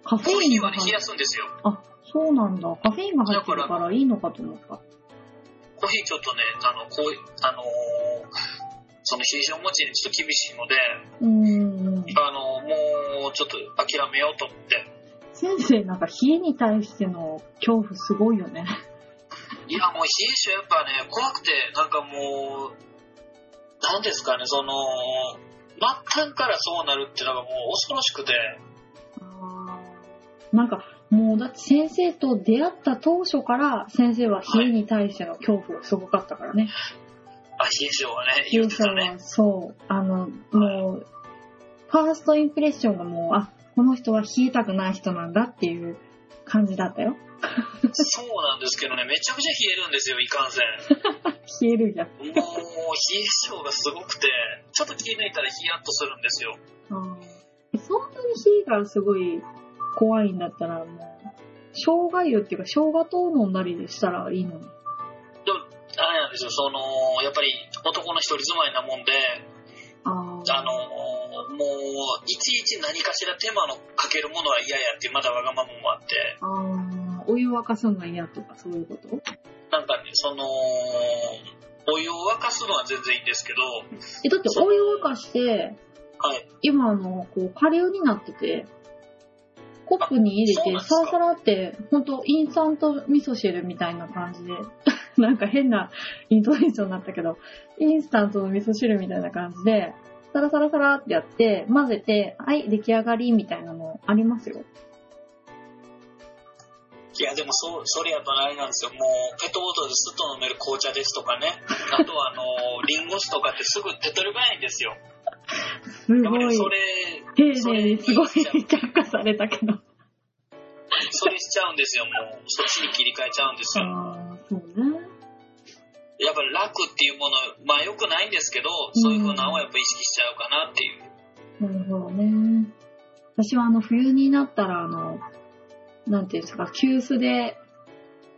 カフコェーイヒンーはがね、入冷るや。すんですよ。あ、そうなんだ。カフェインが入ってるからいいのかと思った。コーヒーちょっとね、あの、こう、あのその冷え性持ちにちょっと厳しいので、うーん。あの、もうちょっと諦めようと思って、先生、なんか冷えに対しての恐怖すごいよね。いや、もう冷え性やっぱね、怖くて、なんかもう、なんですかね、その、末端からそうなるっていうのがもう恐ろしくて、なんか、もうだって先生と出会った当初から先生は冷えに対しての恐怖がすごかったからね。あ、冷え性はね、冷言えってたね。はそう、あの、もう、ファーストインプレッションがもう、あ、この人は冷えたくない人なんだっていう感じだったよ。そうなんですけどね、めちゃくちゃ冷えるんですよ、いかんせん。冷えるやつ。もう、冷え性がすごくて、ちょっと気抜いたらヒヤッとするんですよ。あーそんなに火がすごい怖いんだったら、もう、生姜湯っていうか、生姜糖飲んだりしたらいいのに。あれなんですよ、その、やっぱり男の一人住まいなもんで、ああの、もう、いちいち何かしら手間のかけるものは嫌やって、まだわがままもあって、あーお湯沸かすのが嫌とか、そういうことなんかね、その、お湯を沸かすのは全然いいんですけど、え、だってお湯沸かして、はい。今あの、こう、顆粒になってて、コップに入れて、あサそうなんですかラサラって、ほんと、インスタント味噌汁みたいな感じで、 なんか変なイントネーションになったけど、インスタントの味噌汁みたいな感じで、サラサラサラってやって、混ぜて、はい、出来上がりみたいなのありますよ。いや、でもそう、それやっぱあれなんですよ。もう、ペットボトルですっと飲める紅茶ですとかね。あとは、あの、リンゴ酢とかってすぐ手っ取り早いんですよ。すやっぱごりいそ、れ、丁そ寧れにすごい それ却下されたけど。それしちゃうんですよ、もう。そっちに切り替えちゃうんですよ。ああ、そうね。やっぱり楽っていうもの、まあ良くないんですけど、そういう風なのをやっぱ意識しちゃうかなっていう。なるほどね。私はあの冬になったらあの、なんていうんですか、急須で、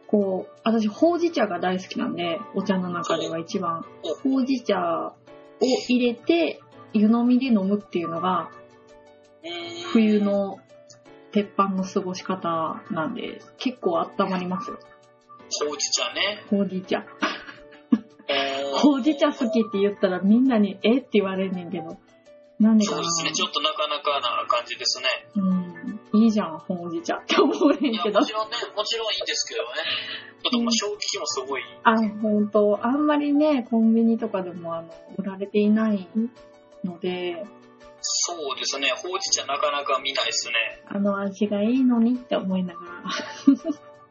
こう、私ほうじ茶が大好きなんで、お茶の中では一番。おほうじ茶を入れて、湯飲みで飲むっていうのが、冬。の鉄板の過ごし方なんで、結構温まりますよ。ほうじ茶ね。ほうじ茶。えーほうじ茶好きって言ったらみんなに、えって言われんねんけど。なんでそかうなですね。ちょっとなかなかな感じですね。うん。いいじゃん、ほうじ茶って思うねいんや、けども。ちろんね、もちろんいいんですけどね。ちょっともう衝撃もすごい。あ、本当あんまりね、コンビニとかでもあの売られていないので、そうですね、ほうじ茶なかなか見ないですね。あの味がいいのにって思いながら。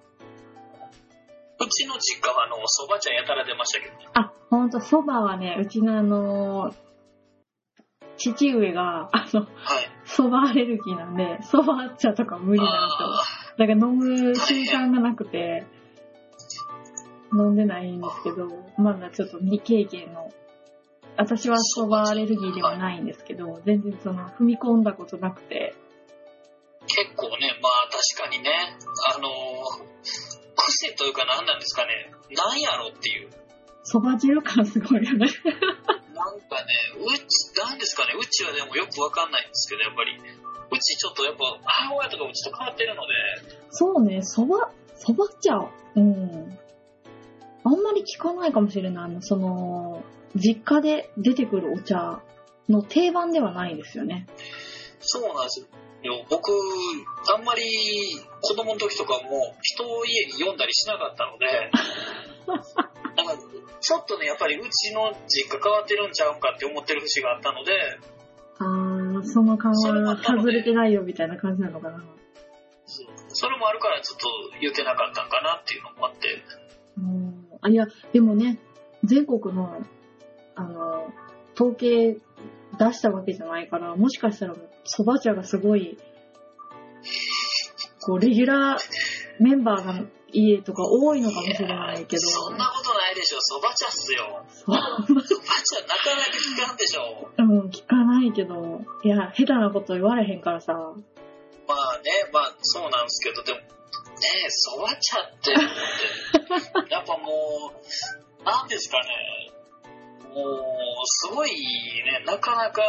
うちの実家は、あの、そば茶やたら出ましたけどね。あ、ほんと、蕎麦はね、うちのあの、父上が、あの、はい。蕎麦アレルギーなんで、蕎麦茶とか無理なんあですよ。だから飲む習慣がなくて、飲んでないんですけど、まだちょっと未経験の。私は蕎麦アレルギーではないんですけど、全然その踏み込んだことなくて、ー結構ね、まあ確かにね、あのー癖というか何なんですかね、なんやろっていう。そば汁感すごいよね。なんかね、うち、なんですかね、うちはでもよくわかんないんですけど、やっぱり、うちちょっとやっぱ母親とかうちと変わってるので、そうね、そば、そば茶。うん。あんまり聞かないかもしれない。あの、その、実家で出てくるお茶の定番ではないですよね。そうなんですよ。僕、あんまり子供の時とかも人を家に呼んだりしなかったので、なんかちょっとね、やっぱりうちの実家変わってるんちゃうんかって思ってる節があったので、あー、その顔は外れてないよみたいな感じなのかな。それもあるからちょっと言ってなかったんかなっていうのもあって、うん。あ、いや、でもね、全国の、あの、統計出したわけじゃないから、もしかしたらそば茶がすごい、こう、レギュラーメンバーが家とか多いのかもしれないけど。そんなことないでしょ、そば茶っすよ。そば茶なかなか聞かんでしょ。うん、聞かないけど、いや、下手なこと言われへんからさ。まあね、まあそうなんですけど、でも、ねえ、そば茶って、やっぱもう、なんですかね、もう、すごいね、なかなか、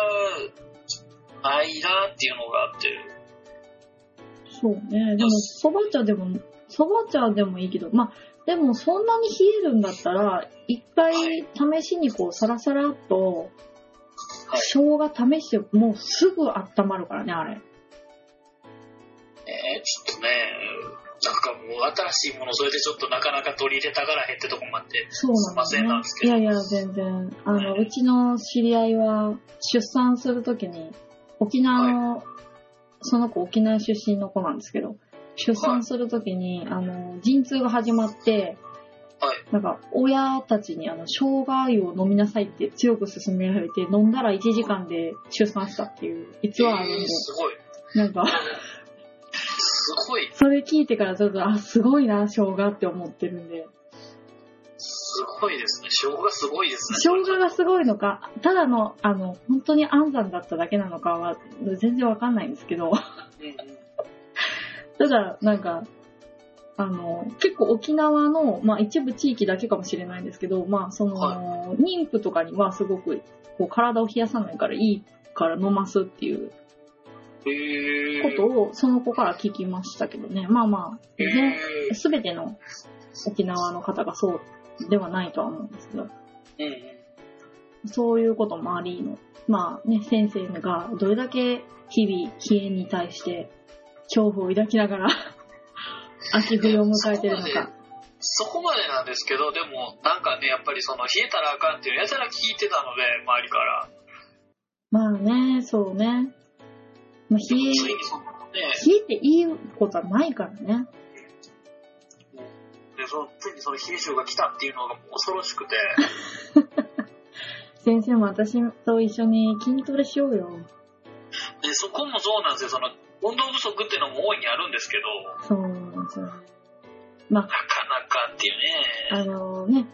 ないなっていうのがあって、そうね。でも、そば茶でも、そば茶でもいいけど、まあ、でもそんなに冷えるんだったら、一回試しにこう、サラサラっと、はい生姜試して、もうすぐ温まるからね、あれ。ねえ、ちょっとね、なんかもう新しいもの、それでちょっとなかなか取り入れたがらへんってとこもあって、そうなんですすいませんねなんです。いけどやいや、全然。あの、うんうちの知り合いは、出産するときに、沖縄の、その子沖縄出身の子なんですけど、出産するときに、あの、陣痛が始まって、はいなんか、親たちに、あの、生姜湯を飲みなさいって強く勧められて、飲んだら1時間で出産したっていう逸話あるんえでー、すごい、なんか、すごい、それ聞いてからちょっと、あ、すごいな、生姜って思ってるんで。すごいですね。生姜すごいですね。生姜がすごいのか、ただの、あの、本当に安産だっただけなのかは、全然わかんないんですけど、うんうんただ、なんか、あの、結構沖縄の、まあ一部地域だけかもしれないんですけど、まあその、は妊婦とかにはすごく、こう体を冷やさないからいいから飲ますっていうへこーとを、その子から聞きましたけどね。まあまあ、へーね、すべての沖縄の方がそうではないとは思うんですけど。うんうんそういうこともありの。まあね、先生がどれだけ日々、冷えに対して恐怖を抱きながら、 秋冬を迎えてるのいやか。そこまでなんですけど、でも、なんかね、やっぱりその、冷えたらあかんっていう、やたら聞いてたので、周りから。まあね、そうね。まあ、冷でもえ、ついにそのね、冷えっていいことはないからね。でそのついにその冷え性が来たっていうのがもう恐ろしくて、先生も私と一緒に筋トレしようよ。でそこもそうなんですよ、その、運動不足っていうのも大いにあるんですけど、そうなんですよね。まあな、かなかっていうね、あのね、ん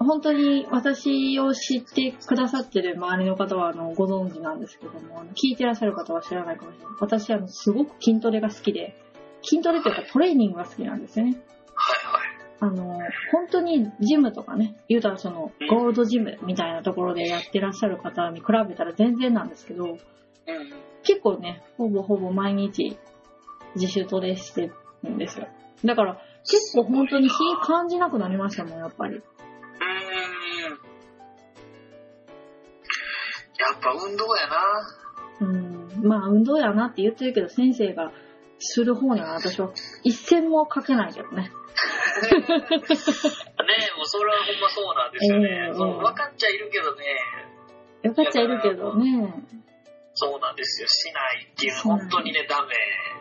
本当に私を知ってくださってる周りの方はあのご存知なんですけども、あの聞いてらっしゃる方は知らないかもしれない。私あのすごく筋トレが好きで、筋トレというかトレーニングが好きなんですよね。はいはい。あの、本当にジムとかね、言うたらそのゴールドジムみたいなところでやってらっしゃる方に比べたら全然なんですけど、うん。結構ね、ほぼほぼ毎日自主トレしてるんですよ。だから結構本当に冷え感じなくなりましたもん、やっぱり。うーん。やっぱ運動やな。 うん、まあ運動やなって言ってるけど先生がする方には私は一銭もかけないけどね。ねえ、もうそれはほんまそうなんですよね。うんもう分かっちゃいるけどね、よかっちゃいるけどね。そうなんですよ。しないっていうのは本当にね、ダメ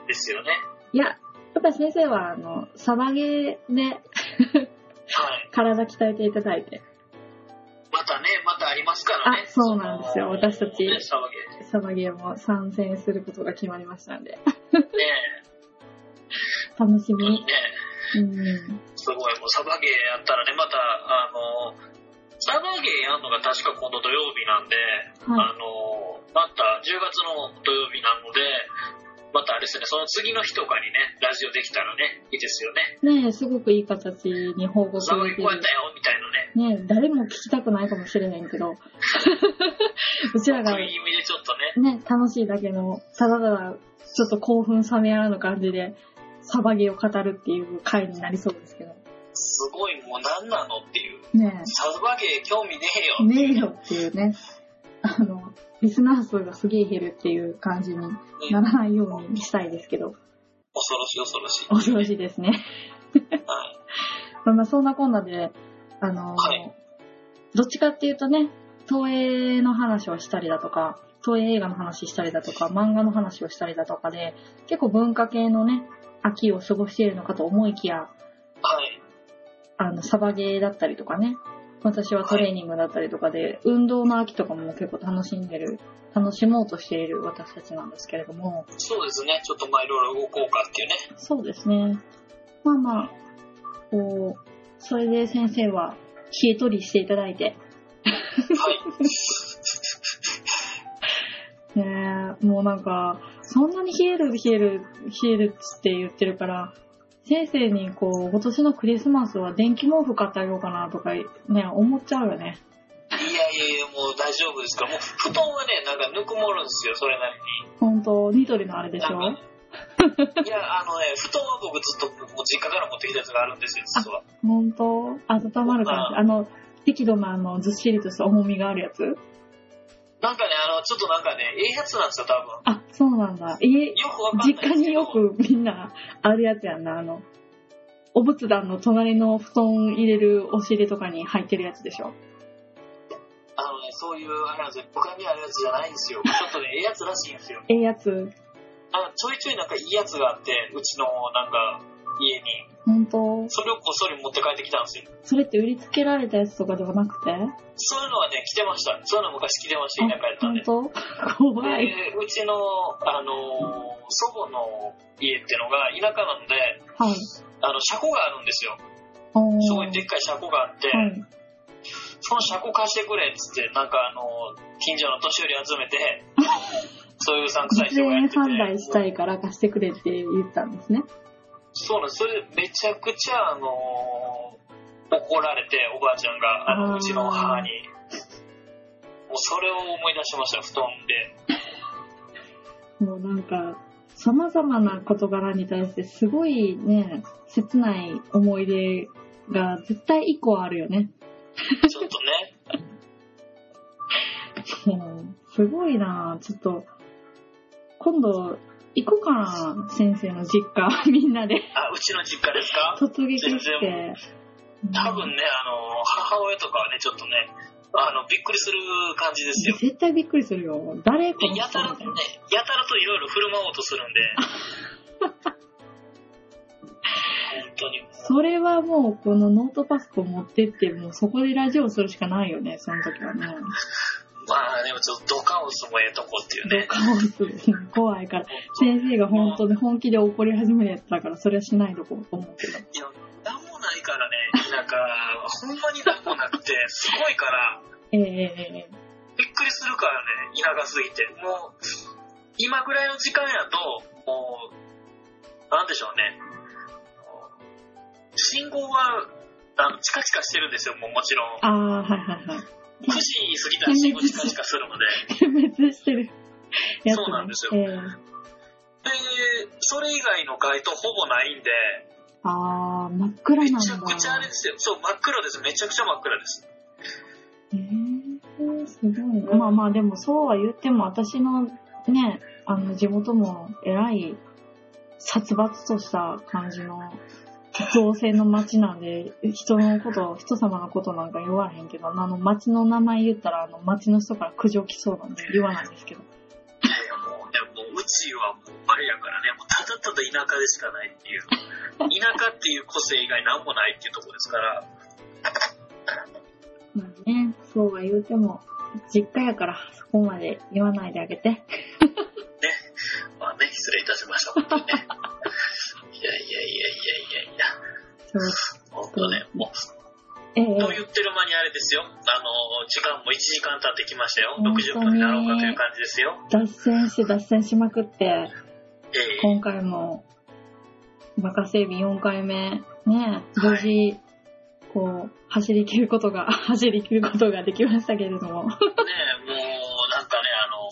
ですよね。いや、やっぱり先生はあの、サバゲーではい。体鍛えていただいて、またね、またありますからね。あそうなんですよその私たちね、騒げてサバゲーも参戦することが決まりましたんで、ね。楽し本当にみ。ね、うん。すごい。もうサバゲーやったらね、また、あの、サバゲーやるのが確か今度土曜日なんで、はい。あの、また10月の土曜日なので、またあれですね、その次の日とかにね、ラジオできたらね、いいですよね。ねえ、すごくいい形に報告沢で木きこうやっるた。よ、みたいなね。ねえ、誰も聞きたくないかもしれない けど。うちらがそういう意味でちょっとね、ね、楽しいだけの、ただただ、ちょっと興奮冷めやらぬ感じで、サバゲーを語るっていう回になりそうですけど。すごいもう何なのっていう。ねサズバゲー興味ねええ、よ。ねえよっていうね、あの、リスナー数がすげえ減るっていう感じにならないようにしたいですけど、恐ろしい恐ろしい。恐ろしいですね。はい。まあまあ、そんなこんなで、あの、はいどっちかっていうとね、東映の話をしたりだとか、東映映画の話したりだとか、漫画の話をしたりだとかで、結構文化系のね、秋を過ごしているのかと思いきや、はい。あの、サバゲーだったりとかね、私はトレーニングだったりとかで、運動の秋とかも結構楽しんでる、楽しもうとしている私たちなんですけれども、そうですね、ちょっとまあいろいろ動こうかっていうね。そうですね。まあまあ、こう、それで先生は、冷え取りしていただいて、 はい。ねえ、もうなんか、そんなに冷える、冷える、冷えるって言ってるから、先生にこう、今年のクリスマスは電気毛布買ってあげようかなとか、ね、思っちゃうよね。いやいやいや、もう大丈夫ですから。もう布団はね、なんかぬくもるんですよ、それなりに。ほんと、ニトリのあれでしなんょか。いや、あのね、布団は僕ずっともう実家から持ってきたやつがあるんですよ、実は。ほんと、温まる感じ。うんあの、適度なあの、ずっしりとした重みがあるやつなんかね、あの、ちょっとなんかね、ええやつなんですよ、多分。あ、そうなんだ。え、よくわかんないん実ですけど。家によくみんな、あるやつやんな、あの、お仏壇の隣の布団入れる押し入れとかに入ってるやつでしょ。あのね、そういう、あれなんですよ、他にあるやつじゃないんですよ。ちょっとね、ええやつらしいんですよ。ええやつ。あちょいちょいなんかいいやつがあって、うちのなんか家に、ほんと。それをこっそり持って帰ってきたんですよ。それって売りつけられたやつとかではなくてそういうのはね、着てました。そういうの昔着てました、田舎やったんで本。当怖い。で、うちの、あのー祖母の家ってのが田舎なんで、はい。あの、車庫があるんですよ。おーすごいでっかい車庫があって、はい。その車庫貸してくれっつって、なんかあのー近所の年寄り集 めて、そういううさんくさい実人がや演ってて。販売したいから貸してくれって言ったんですね。そうなんです。それでめちゃくちゃ、あのー怒られて、おばあちゃんが、ああの、ーうちの母に。もうそれを思い出しました、布団 で。もうなんか、様々な事柄に対してすごいね、切ない思い出が絶対一個はあるよね。ちょっとね、もう、すごいなぁちょっと、今度、行こうかな先生の実家、 みんなであ、うちの実家ですか 突撃して。多分ね、あの、母親とかはね、ちょっとね、あの、びっくりする感じですよ。絶対びっくりするよ。誰こでのや人たらみとたいねな。、やたらといろいろ振る舞おうとするんで。本当に。それはもうこのノートパソコン持ってって、もうそこでラジオするしかないよね、その時はね。まあ、でもちょっとドカオスもええとこっていうどうね。かをする。怖いから。先生が本当に本気で怒り始めるやつだから、それはしないとこうと思うけど。いや、なんもないからね、田舎、ほんまになんもなくて、すごいから、えええええびっくりするからね、田舎すぎて。もう、今ぐらいの時間やと、もう、なんでしょうね。信号は、あの、チカチカしてるんですよ、もうもちろん。ああ、はいはいはい。 9時過ぎたら 信号チカチカするので。点 滅してるやつ、ね。そうなんですよええで、それ以外の街灯ほぼないんで、ああ、真っ暗めなんだ。ちゃくちゃあれですよ。そう、真っ暗です。めちゃくちゃ真っ暗です。えー、すごいな。まあまあでもそうは言っても私のね、あの地元も偉い殺伐とした感じの造成の街なんで、人のこと、人様のことなんか言わへんけど、あの街の名前言ったらあの街の人から苦情来そうなんで言わないんですけど。いやいや、もう、でももう、うちはもう、あれやからね、もう、ただただ田舎でしかない っていう。田舎っていう個性以外なんもないっていうところですから。まあね、そうは言うても、実家やからそこまで言わないであげて。まあね、失礼いたしました、本当にね。いやいやいやいやいやいや、そう本当ね、もええう、と言ってる間にあれですよ、あの、時間も1時間経ってきましたよ、本当ね60分になろうかという感じですよ。脱線して脱線しまくって、ええ今回も、バカ整備4回目、ね、無事、こう、走り切ることが、 走り切ることができましたけれども。ねえ、もう、なんかね、あの、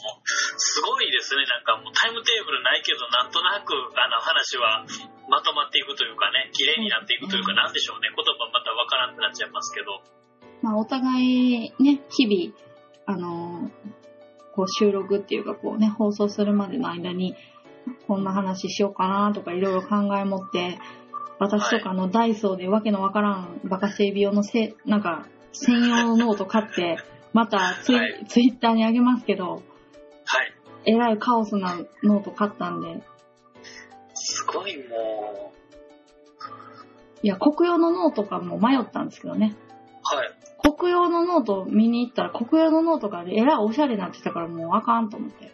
すごいですね、なんかもうタイムテーブルないけど、なんとなく、あの、話はまとまっていくというかね、綺麗になっていくというか、うんなんでしょうね、言葉またわからなくなっちゃいますけど。 まあ、お互い、ね、日々、あのーこう収録っていうか、こうね、放送するまでの間に、こんな話しようかなとか、いろいろ考え持って、私とかあのダイソーでわけのわからんバカ整備用のせ、なんか、専用のノート買って、またツイ,、はいツイッターにあげますけど、はい。えらいカオスなノート買ったんで、すごいもう、いや、国用のノートかも迷ったんですけどね。はい。国用のノート見に行ったら、国用のノートがえらいおしゃれになってたからもうあかんと思って。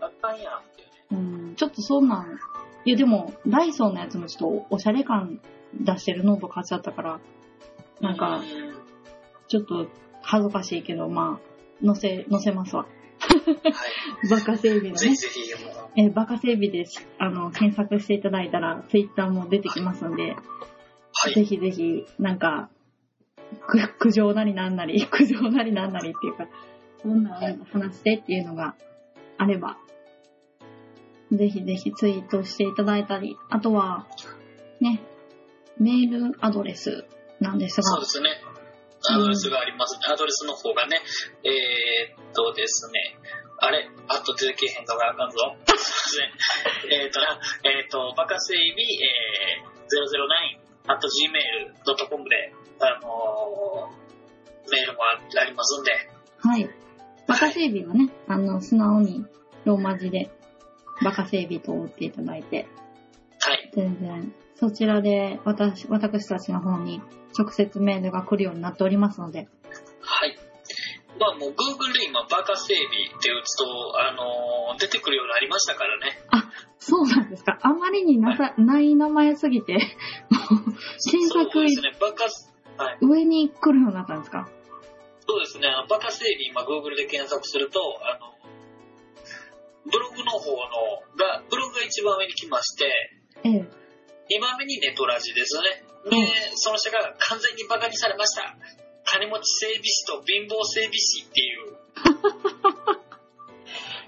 あかんやんってね。うん、ちょっとそんなん、いやでも、ダイソーのやつもちょっとおしゃれ感出してるノート買っちゃったから、なんうか、んちょっと恥ずかしいけど、まあ、載せ、載せますわ。はバカ整備のい。ぜひね。ぜひ、もう、えーバカ整備でし、あの、検索していただいたら、ツイッターも出てきますんで、はぜい。ひぜひ、なんか、く苦情なりなんなり、 苦情なりなんなりっていうか、どんなお話でっていうのがあれば、ぜひぜひツイートしていただいたり、あとは、ね、メールアドレスなんですそがうで、すね。アドレスがありますね。アドレスの方がね、えー、っとですね、あれ、あと出てけへんのがあかんぞ。すいません。えー、っとな、えー、っと、バカセイビ、えー、009、あと gmail.com で、あのー、メールもあありますんで、はい。バカ整備はね、あの、素直にローマ字で、バカ整備と打っていただいて、はい。全然、そちらで私、私たちの方に直接メールが来るようになっておりますので、はい。まあもう Google で今バカ整備って打つと、あのー出てくるようになりましたからね。そうなんですか。あまりになさ、ない名前すぎ て、もう、検そう索ですね、バカ、はい。上に来るようになったんですか。そうですね、あのバカ整備、今、Google で検索すると、あのブログの方のが、ブログが一番上に来まして、ええ。 2番目にネトラジですね。で、うんその下が完全にバカにされました。金持ち整備士と貧乏整備士っていう、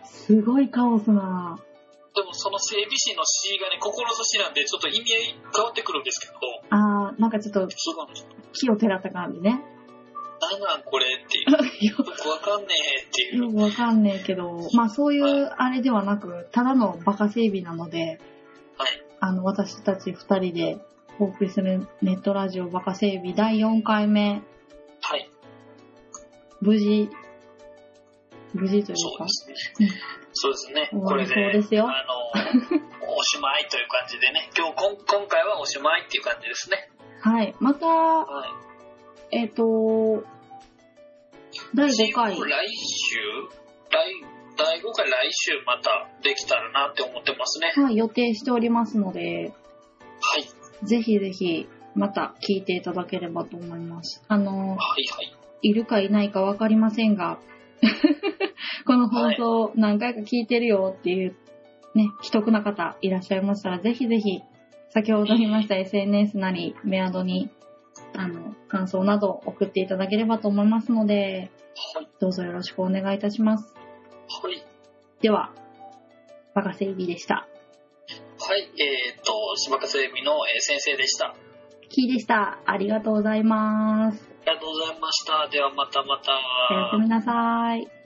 すごいカオスなでもその整備士の C がね、志なんで、ちょっと意味変わってくるんですけど、あー、なんかちょっと、すごい、木を照らった感じね。何なんこれっ ていう、よよくわかんねえっていう。よくわかんねえけど、まあそういうあれではなく、ただのバカ整備なので、はい。あの、私たち二人でお送りするネットラジオバカ整備第4回目、はい。無事、無事といそううかで、すうねん。そうですね。終こわりれそで、うですよ あの、おしまいという感じでね。今日、こん今回はおしまいっていう感じですね。はい。また、はい。えっ、と、第5回来、週来、第5回来週またできたらなって思ってますね。はい、予定しておりますので、はい。ぜひぜひ、また聞いていただければと思います。あの、はいはい。いるかいないかわかりませんが、 この放送何回か聞いてるよっていう、ね、既得な方いらっしゃいましたら、ぜひぜひ、先ほど言いました SNS なり、メアドに、あの、感想など送っていただければと思いますので、はい。どうぞよろしくお願いいたします。はい。では、バカセイビーでした。はい。えっ、と、柴田聖美の、えー先生でした。あキーでした。ありがとうございます。りがとうございました。ではまたまた。おやすみなさい。